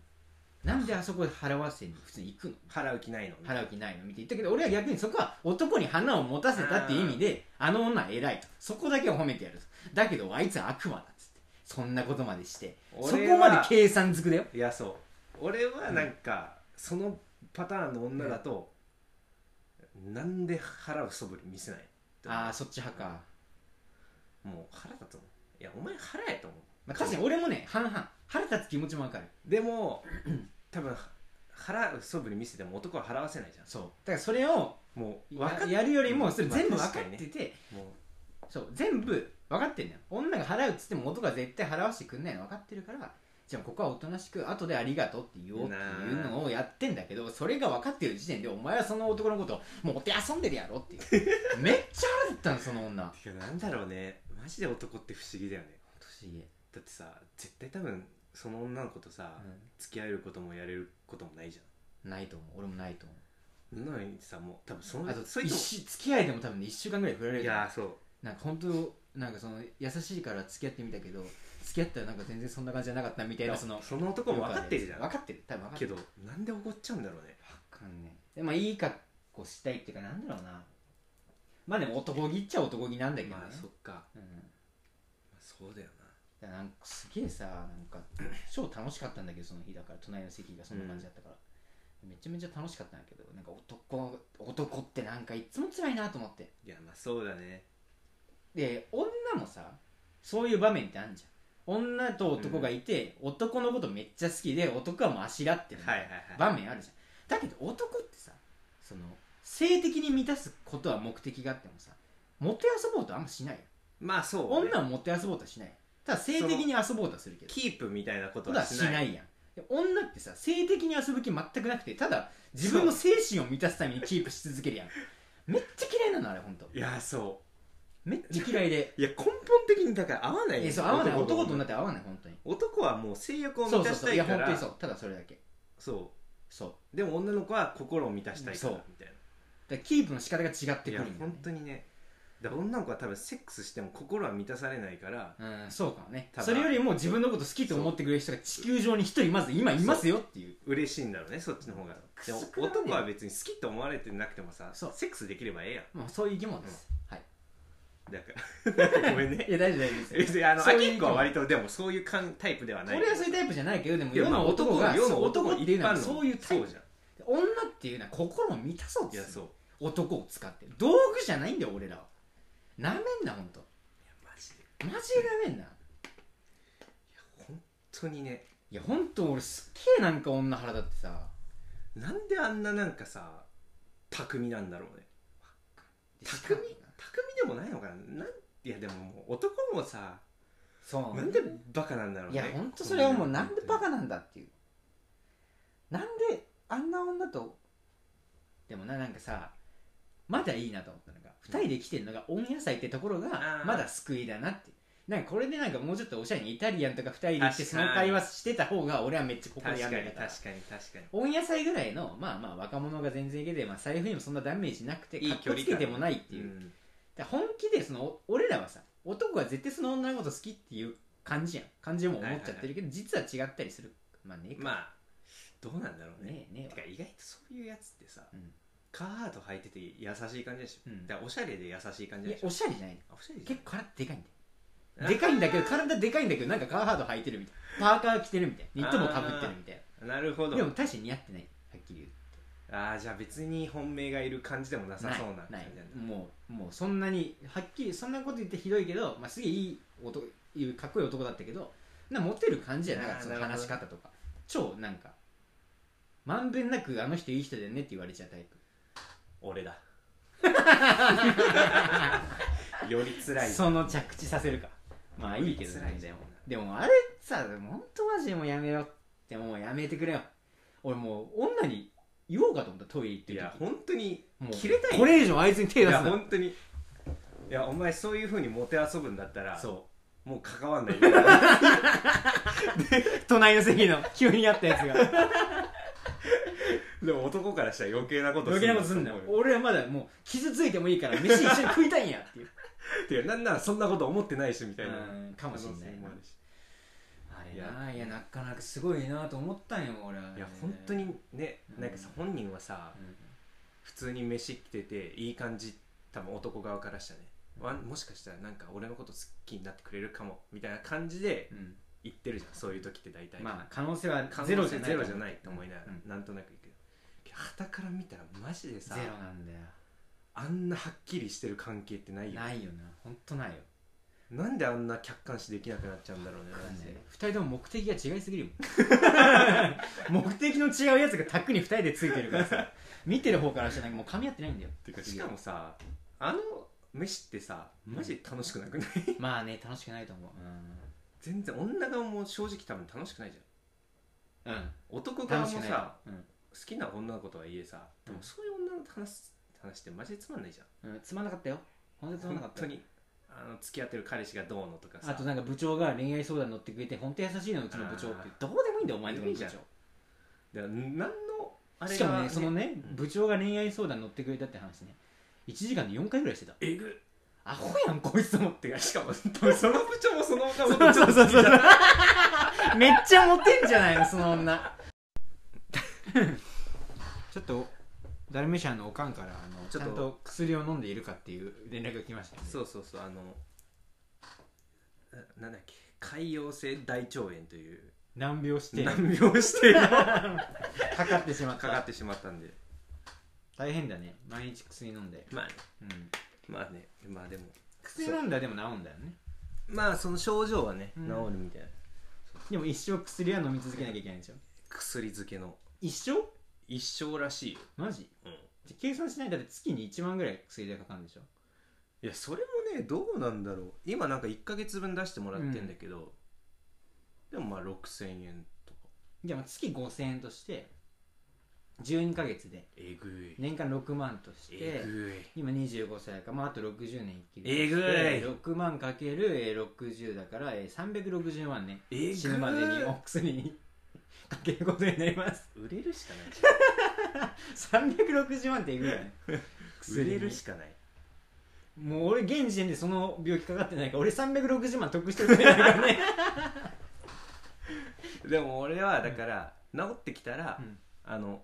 B: なんであそこで払わせに普通に行くの
A: 払う気ないの
B: 払う気ないの見て言ったけど俺は逆にそこは男に花を持たせたっていう意味であの女は偉いとそこだけを褒めてやるとだけどあいつは悪魔だっつってそんなことまでしてそ
A: 俺
B: こ
A: は
B: まで計算づくだよ
A: いやそう俺はなんか、そのパターンの女だと、なんで腹をそぶり見せない
B: ああそっち派か、
A: もう腹立つもんいやお前腹やと思う、
B: まあ、確かに俺もね半々腹立つ気持ちもわかる
A: でも 多分腹そぶり見せても男は払わせないじゃ
B: そうだからそれを
A: んもう分か
B: や
A: っ
B: やるよりもそれ全部
A: まあ
B: 分
A: 確
B: か
A: か
B: っ
A: にね
B: てて、
A: もう
B: そう全部分かってんのよ女が払うっつっても男が絶対払わせてくんないの分かってるからじゃあここはおとなしく後でありがとうって言おうっていうのをやってんだけどそれが分かってる時点でお前はその男のことをもうお手遊んでるやろって いうめっちゃ腹立ったのその女
A: てかなんだろうねマジで男って不思議だよね
B: 年
A: だってさ絶対多分その女の子とさ、付き合えることもやれることもないじ
B: うん、ないと思う俺もないと思
A: ゃんなのにさもう多分その
B: うあと
A: そ
B: 一
A: とも
B: 週付き合いでも多分ね1週間ぐらい振られる
A: いやーそう
B: なんか本当なんかその優しいから付き合ってみたけど付き合ったらなんか全然そんな感じじゃなかったみたいなその
A: その男も分かってるじゃん
B: 分かってる多分分かって
A: け
B: る
A: どなんで怒っちゃうんだろうね
B: 分かんねえでまあいい格好したいっていうかなんだろうなまあでも男気っちゃ男気なんだけどね、
A: まあそっか、
B: うん
A: まあそうだよな
B: だからなんかすげえさなんか超楽しかったんだけどその日だから隣の席がそんな感じだったから、めちゃめちゃ楽しかったんだけどなんか男男ってなんかいつも辛いなと思って
A: いやまあそうだね
B: で女もさそういう場面ってあるじゃん女と男がいて、男のことめっちゃ好きで男はもうあしらってる
A: はいはいはい
B: 場面あるじゃんだけど男ってさその性的に満たすことは目的があってもさもてあそぼうとあんましないよ
A: まあそう、
B: 女はもてあそぼうとはしないただ性的に遊ぼうとはするけど
A: キープみたいなこと
B: ことは
A: は
B: し
A: し
B: ない
A: ない
B: やんで女ってさ性的に遊ぶ気全くなくてただ自分の精神を満たすためにキープし続けるやんめっちゃ嫌いなのあれ本当
A: いやそ
B: めっちゃ嫌いで
A: ういや根本的にだから合わない
B: えそう合わない男と女
A: 女
B: って合わない本当に
A: 男はもう性欲を
B: そう
A: 満た
B: そう
A: し
B: そ
A: た
B: ういや
A: いか
B: 本当
A: ら
B: にそうただそれだけ
A: そ
B: そう
A: うでも女の子は心を満たしたいから
B: そう
A: みたいな
B: だからキープの仕方が違って
A: い
B: く
A: や
B: るんだ
A: 本
B: よ、ね、
A: 当にねだから女の子は多分セックスしても心は満たされないから
B: うんそうかもね
A: ただ
B: それよりも自分のこと好きと思ってくれる人が地球上に一人まず今いますよっていう
A: 嬉しいんだろうねそっちの方が
B: く
A: でも
B: そくだらねえ
A: 男は別に好きと思われてなくてもさ
B: そう
A: セックスできればええやん
B: まあそういう生き物です、はい
A: だから なんかごめん
B: い
A: ね
B: や大丈夫大丈夫です
A: 別にあの
B: そういう
A: 結構は割とでもそういう感タイプではない
B: 俺はそういうタイプじゃないけどでも
A: でも
B: 世の男が
A: 世の
B: そう
A: 男
B: 男っていうのは
A: 一般論
B: そういうタイプ
A: そうじゃん
B: 女っていうのは心を満たそう
A: い
B: と
A: や
B: す
A: そ
B: る
A: う
B: 男を使って道具じゃないんだよ俺らはなめんなほんと
A: いやマジで
B: マジでなめんない
A: 本当にね
B: やほんと俺すっげえなんか女腹だってさ
A: なんであんななんかさ巧みなんだろうね巧み巧みでもないのかななんいやでももう男もさ
B: そう
A: なんでバカなんだろう
B: い
A: ね
B: やほんとそれはもうなんでバカなんだっていうなんであんな女とでもななんかさまだいいなと思ったのが2人で来てるのが温野菜ってところ
A: あ
B: が
A: ー
B: まだ救いだなってなんかこれでなんかもうちょっとおしゃれにイタリアンとか2人で来て
A: 確
B: そ
A: かに
B: の会話してた方が俺はめっちゃ心
A: 確か
B: や
A: に
B: め
A: 確
B: た
A: かに確かに
B: 温野菜ぐらいのまあまあ若者が全然いけて、まあ、財布にもそんなダメージなくて
A: いい
B: かっこつけてもないっていう
A: うん
B: だから本気でそのお俺らはさ男は絶対その女のこと好きっていう感じやん感じも思っちゃってるけど、実は違ったりするまあねえか
A: まあどうなんだろうね
B: ねえね
A: てか意外とそういうやつってさ
B: えわ
A: カート履いてて優しい感じでしょ
B: うん、
A: だからおしゃれで優しい感
B: うん、
A: じ
B: いや
A: でしょ
B: おしゃれじゃない
A: あおしゃれじゃ
B: 結
A: ん
B: 構体でかいんだよでかいんだけど体でかいんだけどなんかカーハード履いてるみたいパーカー着てるみたいニットもかぶってるみたい
A: なるほ
B: なでも
A: ど
B: 大して似合ってないはっきり言う
A: ああじゃあ別に本命がいる感じでもなさそうな感じ
B: ない
A: なんだ
B: ないもうもうそんなにはっきりそんなこと言ってひどいけど、まあ、すげえいい男いうかっこいい男だったけどなんかモテる感じやなかった
A: あー
B: その
A: なるほ
B: 話
A: ど
B: し方とか超なんかまんべんなくあの人いい人だよねって言われちゃうタイプ
A: 俺 だより辛い
B: その着地させるかまあいいけど
A: 辛
B: ね
A: い
B: で
A: じゃん
B: もでもあれさでも本当マジでもうやめよってもうやめてくれよ俺もう女に言おうかと思ったトイレ行って
A: い
B: る
A: や
B: 時
A: 本当に
B: もう
A: 切れたい
B: これ以上あいつに
A: い
B: 手出す
A: や
B: な
A: 本当にいやお前そういうふうにもてあそぶんだったら
B: そう
A: もう関わんない よ
B: 隣の席の急にやったやつが
A: でも男からしたら余計なこと
B: 余計なことすんなよ俺はまだもう傷ついてもいいから飯一緒に食いたいんやっ ていう
A: っていうなんならそんなこと思ってないしみたいな
B: うんかもしんない
A: 可能性もあるし
B: あ
A: い
B: れ
A: や
B: ないやなかなかすごいなと思ったんよ俺はい
A: や本当にね
B: うん
A: なんかさ本人はさ普通に飯来てていい感じ多分男側からしたらねわもしかしたらなんか俺のこと好きになってくれるかもみたいな感じで
B: うん、うん
A: 言ってるじゃんそういう時って大体
B: まあ可能性は
A: 可能性
B: ゼロじゃない
A: ゼロじゃないと思いながら、
B: うん
A: なんとなくいくけどはたから見たらマジで
B: ゼ
A: さ
B: ロなんだよ
A: あんなはっきりしてる関係ってないよ
B: ないよな本当ないよ
A: なんであんな客観視できなくなっちゃうんだろうねマジで
B: 2人とも目的が違いすぎる もん目的の違うやつがタックに2人でついてるからさ見てる方からしたらなんかもう噛み合ってないんだよ
A: てかしかもさあの飯ってさマジで楽しくなくない
B: まあね楽しくないと思う
A: 全然女側も正直多分楽しくないじゃん
B: うん、うん、
A: 男側
B: 楽
A: も
B: しくない
A: さ
B: う
A: 好
B: ん
A: きな女の子とはいえさでも
B: うん
A: そういう女の話す話ってマジでつまんないじゃん
B: うん、つまんなかったよ本当につまんなか
A: 本
B: った
A: 当
B: よ
A: にあの付き合ってる彼氏がどうのとかさ
B: あとなんか部長が恋愛相談に乗ってくれて本当優しいのうちの部長ってどうでもいいんだよお前のとこ
A: い
B: ろの部
A: いじだから何のあ
B: 長
A: れ
B: しかも
A: が
B: ねそのね
A: うん
B: 部長が恋愛相談に乗ってくれたって話ね1時間で4回ぐらいしてた
A: えぐ
B: アホやんこいつと思ってしかも多分
A: その部長もその女も
B: そう
A: ちょっ
B: そう
A: と
B: そうそう
A: 好きじゃない
B: めっちゃモテんじゃないのその女ちょっとダルメシアンのおかんからあの
A: ち
B: ち
A: ょっと
B: ゃんと薬を飲んでいるかっていう連絡が来ましたね
A: そうそうそうあのななんだっけ潰瘍性大腸炎という
B: 難病して
A: 難病してが
B: かかってしま っ
A: かかったてしまったんで
B: 大変だね毎日薬飲んで、
A: まあ
B: うん、
A: まあねまあでも
B: 薬飲んだらでも治んだよね
A: まあその症状はね、
B: うん
A: 治るみたいな
B: でも一生薬は飲み続けなきゃいけないんでしょ
A: 薬漬けの
B: 一生
A: 一生らしいよ、
B: マジ
A: うん、い
B: じゃあ計算しないだって月に1万ぐらい薬代かかるんでしょ
A: やそれもねどうなんだろう今なんか1か月分出してもらってんだけど、でもまあ6000円とか
B: じゃあ月5000円として12ヶ月で
A: えぐい、
B: 年間6万として
A: えぐい
B: 今25歳か、まあ、あと60年生きる
A: えぐい
B: 6万かけるえー60だからえー360万ね
A: えぐい
B: 死ぬまでにお薬にかけることになります
A: 売れるしかない
B: 360万ってえぐいよね
A: 売
B: 薬に
A: れるしかない
B: もう俺現時点でその病気かかってないから俺360万得してるくらいだからね、
A: でも俺はだから、治ってきたら、
B: うん
A: あの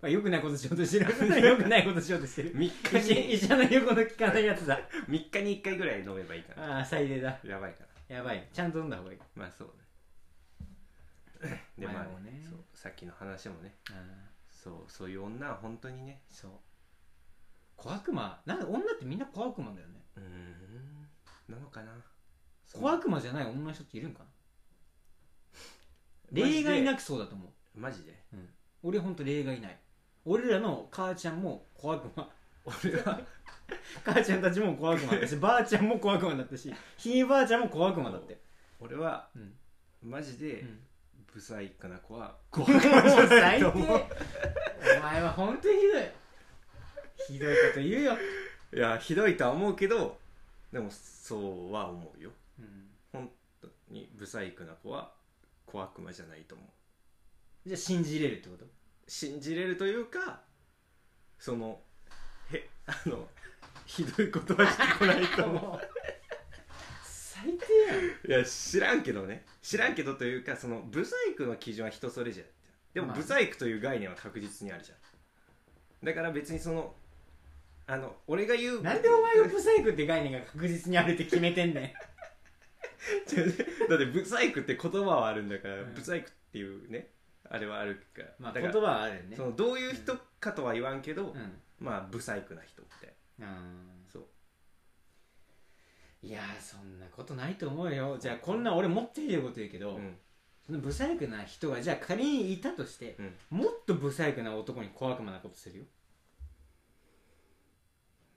B: まあ、よくないことしようとして るよくないことしようとしてる
A: 3
B: 医者
A: 日に
B: 医者の言うこと聞かないやつだ
A: 3日に1回ぐらい飲めばいいかな
B: ああ最低だ
A: やばいかな
B: やばいちゃんと飲んだ方がいい
A: まあそうねで
B: まあ
A: まあ
B: でも
A: ね
B: ね
A: そうさっきの話もね
B: ああ
A: そうそういう女は本当にね
B: そう小悪魔なんか女ってみんな小悪魔だよね
A: うーんなのかな
B: 小悪魔じゃない女の人っているんかな
A: マジで
B: 例外なくそうだと思う
A: マジで
B: 俺ほんと例外ない俺らの母ちゃんも小悪魔
A: 俺は
B: 母ちゃんたちも小悪魔だしばあちゃんも小悪魔だったしひいばあちゃんも小悪魔だって
A: 俺は
B: うん、
A: マジ
B: う
A: で
B: ん、
A: 不細工な子は
B: 小
A: ご
B: 悪魔じゃない
A: と
B: と
A: 思
B: 思
A: う
B: うお前はほんとひどいひどいこと言うよ、
A: いやひどいとは思うけどでもそうは思うよ
B: うん、
A: 本当に不細工な子は小悪魔じゃないと思う
B: じゃあ信じれるってこと
A: 信じれるというかそのへあのひどいことはしてこないと思う
B: もう最低や
A: い
B: ん
A: や知らんけどね知らんけどというかそのブサイクの基準は人それじゃんでも
B: まあ
A: ブ
B: ね
A: サイクという概念は確実にあるじゃんだから別にそのあの俺が言う
B: なんでお前が不細工って概念が確実にあるって決めてんねん
A: だってブサイクって言葉はあるんだから、
B: うん
A: ブサイクっていうねあれはあるから、
B: まあ
A: だ
B: 言
A: から
B: 葉はあるよね
A: そのどういう人かとは言わんけど、
B: うん
A: まあブサイクな人みたいな
B: うん
A: そう
B: いやーそんなことないと思うよじゃあこんな俺もっとひどいこと言うけど、
A: うん
B: その不細工な人がじゃあ仮にいたとして、
A: うん
B: もっと不細工な男に小悪魔なことするよ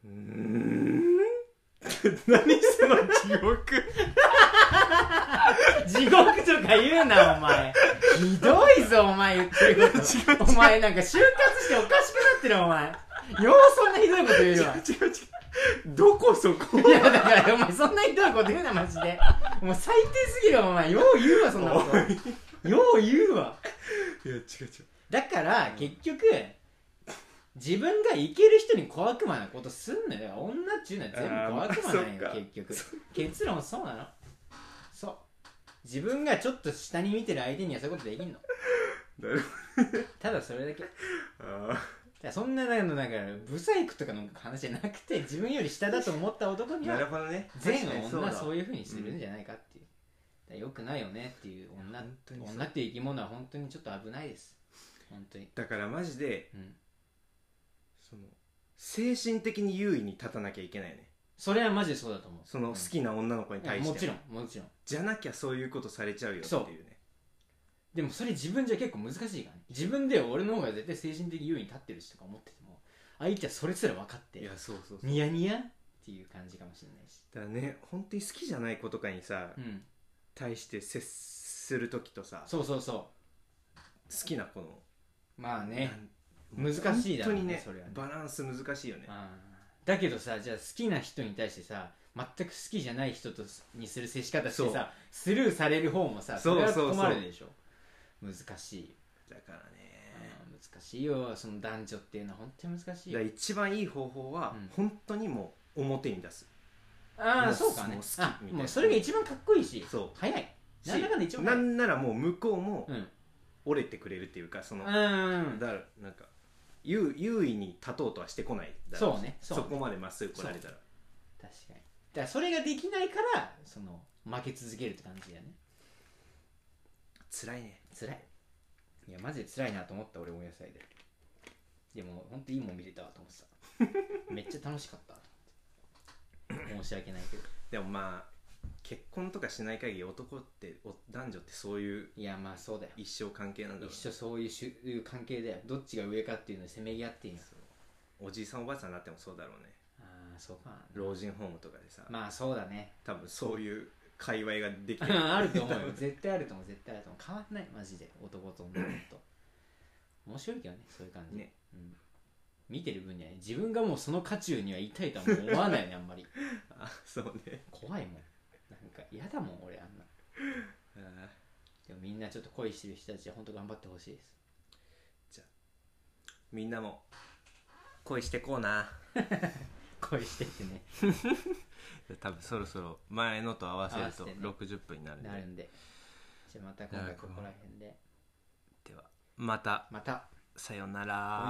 A: うーん 何その記憶
B: 地獄とか言うなお前ひどいぞお前言ってるこ とお前なんか就活しておかしくなってるお前ようそんなひどいこと言うよ
A: 違う違うどこそこ
B: いやだからお前そんなひどいこと言うなマジでお前最低すぎるわお前よう言うわそんなことよう言うわ
A: いや違う違う
B: だから結局自分がいける人に小悪魔なことすんのよ女っちゅうのは全部小悪魔なん
A: あーまあ
B: よ結局結論そうなのそう自分がちょっと下に見てる相手にはそういうことできんの
A: なる
B: ただそれだけだか
A: ほどあ
B: らそんななんかなんかブサイクとかの話じゃなくて自分より下だと思った男
A: ー
B: に
A: な
B: は
A: るほどね
B: 全
A: 確かに
B: 女は
A: だ
B: そういうふうにするんじゃないかっていう、だよくないよねっていう女
A: 本当にそう
B: 女っていう生き物は本当にちょっと危ないです本当に
A: だからマジで
B: うん
A: その精神的に優位に立たなきゃいけないよね
B: それはマジでそうだと思う
A: その好きな女の子に
B: うんい
A: 対
B: や
A: して
B: もちろんもちろん
A: じゃなきゃそういうことされちゃうよっていうね
B: でもそれ自分じゃ結構難しいからね自分で俺の方が絶対精神的優位に立ってるしとか思ってても相手はそれすら分かっ
A: い
B: て
A: やそうそうそう
B: ニヤニヤっていう感じかもしれないし
A: だからね本当に好きじゃない子とかにさ
B: うん
A: 対して接する時とさ好
B: そうそうそ
A: きな子の
B: うまあね
A: なん
B: 難しいだろ
A: 本当
B: うね
A: にね
B: それはね
A: バランス難しいよね
B: あーだけどさじゃあ好きな人に対してさ全く好きじゃない人とすにする接し方し
A: そ
B: て
A: う
B: さスルーされる方もさ
A: そ
B: そうれは
A: そうそう
B: 困るでしょ難しい、
A: だからね
B: あー難しいよその男女っていうのは本当に難しい
A: だから一番いい方法は
B: うん
A: 本当にもう表に出す
B: あ
A: も
B: あ
A: う
B: そうかね
A: もう好き
B: あ
A: みたいな
B: もうそれが一番かっこいいし
A: そ
B: 早いうなんだかんだ一
A: し
B: 番
A: な
B: 早い
A: んならもう向こうも
B: うん
A: 折れてくれるっていうかその、
B: う
A: だ
B: ん
A: からなんか優優位に立とうとはしてこないだろ
B: そうねそう
A: そこまでまっすぐ来られたら
B: 確かにだからそれができないからその負け続けるって感じだよね
A: 辛いね
B: 辛いいやマジで辛いなと思った俺も野菜ででも本当いいもん見れたわと思っ てためっちゃ楽しかったと思って申し訳ないけど
A: でもまあ結婚とかしない限り男ってお男女ってそういう
B: いやまあそうだよ
A: 一生関係なんだろうね
B: 一緒そういうしゅいう関係だよどっちが上かっていうのにせめぎ合っていいの
A: おじいさんおばあさんになってもそうだろうね
B: ああそうか
A: 老人ホームとかでさ、
B: まあそうだね
A: 多分そういう界隈ができて
B: あると思う
A: 多
B: よ
A: 分
B: 絶対あると思う絶対あると思う変わんないマジで男と女の子と 面白いけどねそういう感じ
A: ね
B: うん、見てる分にはね自分がもうその渦中にはいたいとはもう思わないねあんまり
A: あそうね
B: 怖いもんなんか嫌だもん俺あんな
A: あー
B: でもみんなちょっと恋してる人たちは本当頑張ってほしいです
A: みんなも恋してこうな
B: 恋してってね
A: 多分そろそろ前のと合わせる
B: 合
A: と
B: わせてね
A: 60分になるんで、
B: なるんでじゃあまた今回ここら辺で
A: ではまた
B: また
A: さよな
B: ごめん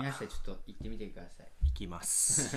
B: な
A: ら
B: さいちょっと行ってみてください
A: いきます